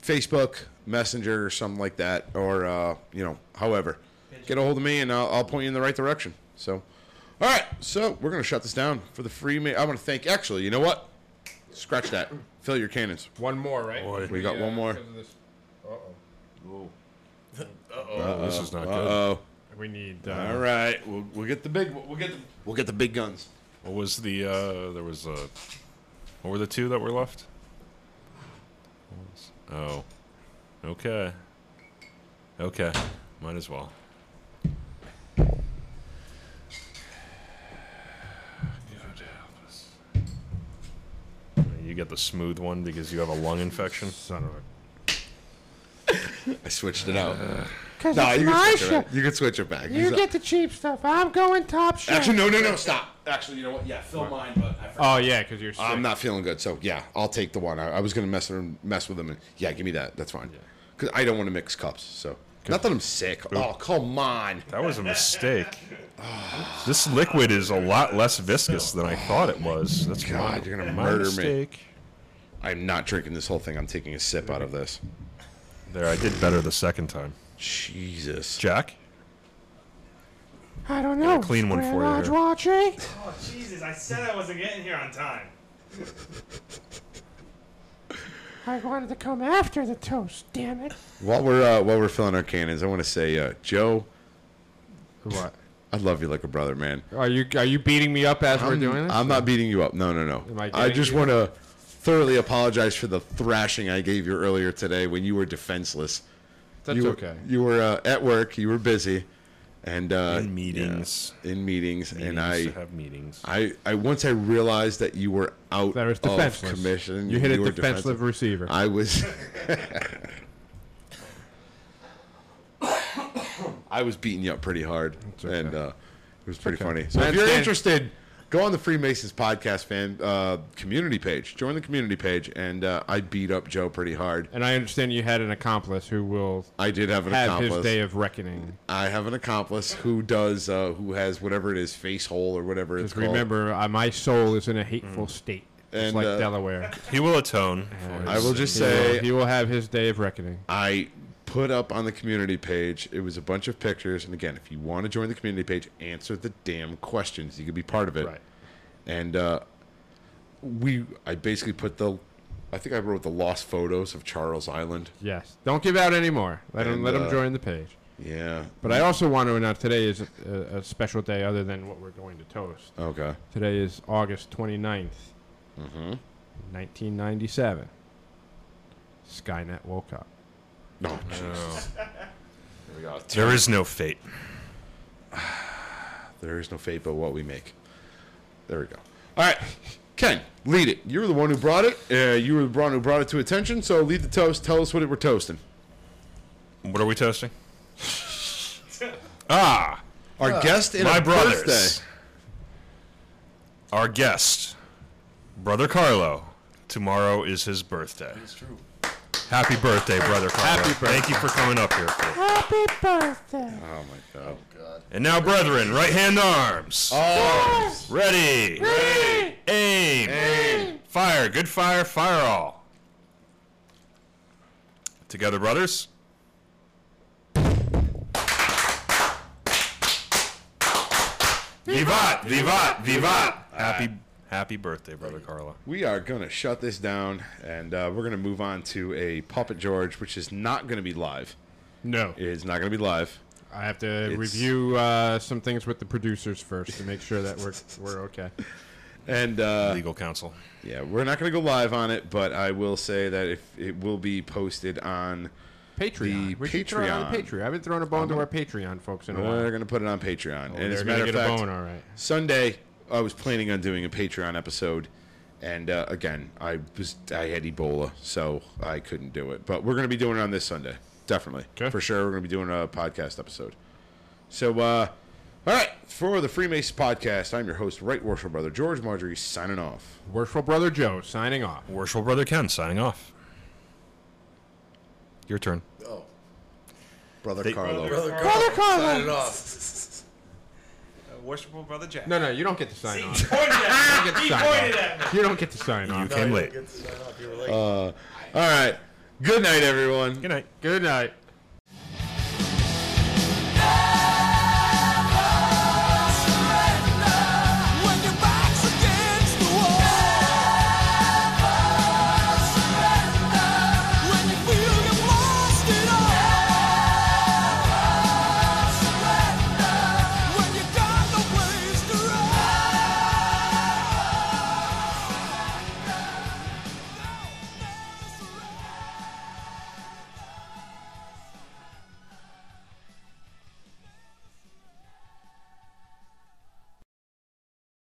Facebook Messenger or something like that, or uh, you know, however. Get a hold of me, and I'll, I'll point you in the right direction. So, all right. So we're gonna shut this down for the free. Ma- I want to thank. Actually, you know what? Scratch that. Fill your cannons. One more, right? Boy. We got Yeah, one more. because of this- Uh-oh. this is not good. Uh oh. We need. Uh, All right. We'll, we'll get the big. We'll get the. We'll get the big guns. What was the uh there was a what were the two that were left? Oh. Okay. Okay. Might as well. God help us. You get the smooth one because you have a lung infection. Son of a. I switched it out. Nah, you can switch it. right? You can switch it back. He's- the cheap stuff. I'm going top shelf. Actually, no, no, no. Stop. Actually, you know what? Yeah, fill mine, but I forgot. Oh yeah, because you're. Sick. I'm not feeling good, so yeah, I'll take the one. I, I was gonna mess him, mess with him, and yeah, give me that. That's fine. Cause I don't want to mix cups. So not that I'm sick. Oh come on. That was a mistake. this liquid is a lot less viscous than I thought it was. That's God, my, you're gonna my murder me. mistake. me. I'm not drinking this whole thing. I'm taking a sip out of this. There, I did better the second time. Jesus. Jack, I don't know. clean one We're for you Lodge here. watching. Oh Jesus! I said I wasn't getting here on time. I wanted to come after the toast. Damn it! While we're uh, while we're filling our cannons, I want to say, uh, Joe, What? I love you like a brother, man. Are you are you beating me up as we're I'm, doing this? I'm not beating you up. No, no, no. Am I I getting just you? want to thoroughly apologize for the thrashing I gave you earlier today when you were defenseless. That's you were, okay. You were uh, at work. You were busy, and uh, In meetings. yeah, in meetings, meetings and I, to have meetings. I, I once I realized that you were out That was of defenseless. Oh, commission. You hit a were defensive receiver. I was. (laughs) I was beating you up pretty hard, okay. and uh, it was pretty okay. funny. So I if you're understand. interested, go on the Freemasons podcast fan uh, community page. Join the community page, and uh, I beat up Joe pretty hard. and I understand you had an accomplice who will I did have an have accomplice. his day of reckoning. I have an accomplice who does uh, who has whatever it is, face hole or whatever it's Just called. remember, uh, my soul is in a hateful state, just And, like uh, (laughs) Delaware. he will atone. I will just He will- say he will have his day of reckoning. I put up on the community page. It was a bunch of pictures, and again, if you want to join the community page, answer the damn questions. You could be part of it. Right. And uh, we, I basically put the, I think I wrote the lost photos of Charles Island. Yes. Don't give out anymore. Let him And, let him uh, join the page. Yeah. But I also want to announce today is a, a special day other than what we're going to toast. Okay. Today is August 29th, mm-hmm. 1997. Skynet woke up. No. Oh. jeez. There is no fate. There is no fate but what we make. There we go. All right, Ken, lead it. You were the one who brought it. Uh, you were the one who brought it to attention. So lead the toast. Tell us what it we're toasting. What are we toasting? Our guest in My our brothers. birthday. Our guest, brother Carlo. Tomorrow is his birthday. It's true. Happy birthday, brother Carlo. Happy birthday. Thank you for coming up here. Phil. Happy birthday! Oh my god. God. And now, brethren, right hand arms. Ready. Hey! Aim. Fire. Good fire. Fire all. Together, brothers. Vivat! Vivat! Vivat! Happy, happy birthday, brother Carlo. We are going to shut this down and uh, we're going to move on to a Puppet George, which is not going to be live. No. It is not going to be live. I have to review uh, some things with the producers first to make sure that we're, we're (laughs) okay. And uh, Legal counsel. yeah, we're not going to go live on it, but I will say that if it will be posted on. Patreon. The we should throw it on the Patreon. Patreon. I haven't thrown a bone to our Patreon folks in a while. We're going to put it on Patreon. and as Oh, They're a going matter to of get fact, a bone, all right. Sunday, I was planning on doing a Patreon episode, and uh, again, I was I had Ebola, so I couldn't do it. But we're gonna be doing it on this Sunday, definitely, Okay. for sure. We're gonna be doing a podcast episode. So uh, All right, for the Freemason podcast, I'm your host, Right Worship Brother George Marjorie, signing off. Worshipful Brother Joe signing off. Worshipful Brother Ken signing off. Your turn. Oh, Brother They- Carlo. brother, Brother Carl, Carl. sign it off. Uh, worshipful brother Jack. No, no, you don't get to sign See, he off. pointed at You me. don't get to He sign pointed off. at me. You don't get to sign off. came you late. get to sign off. You're late. All right, good night, everyone. Good night. Good night.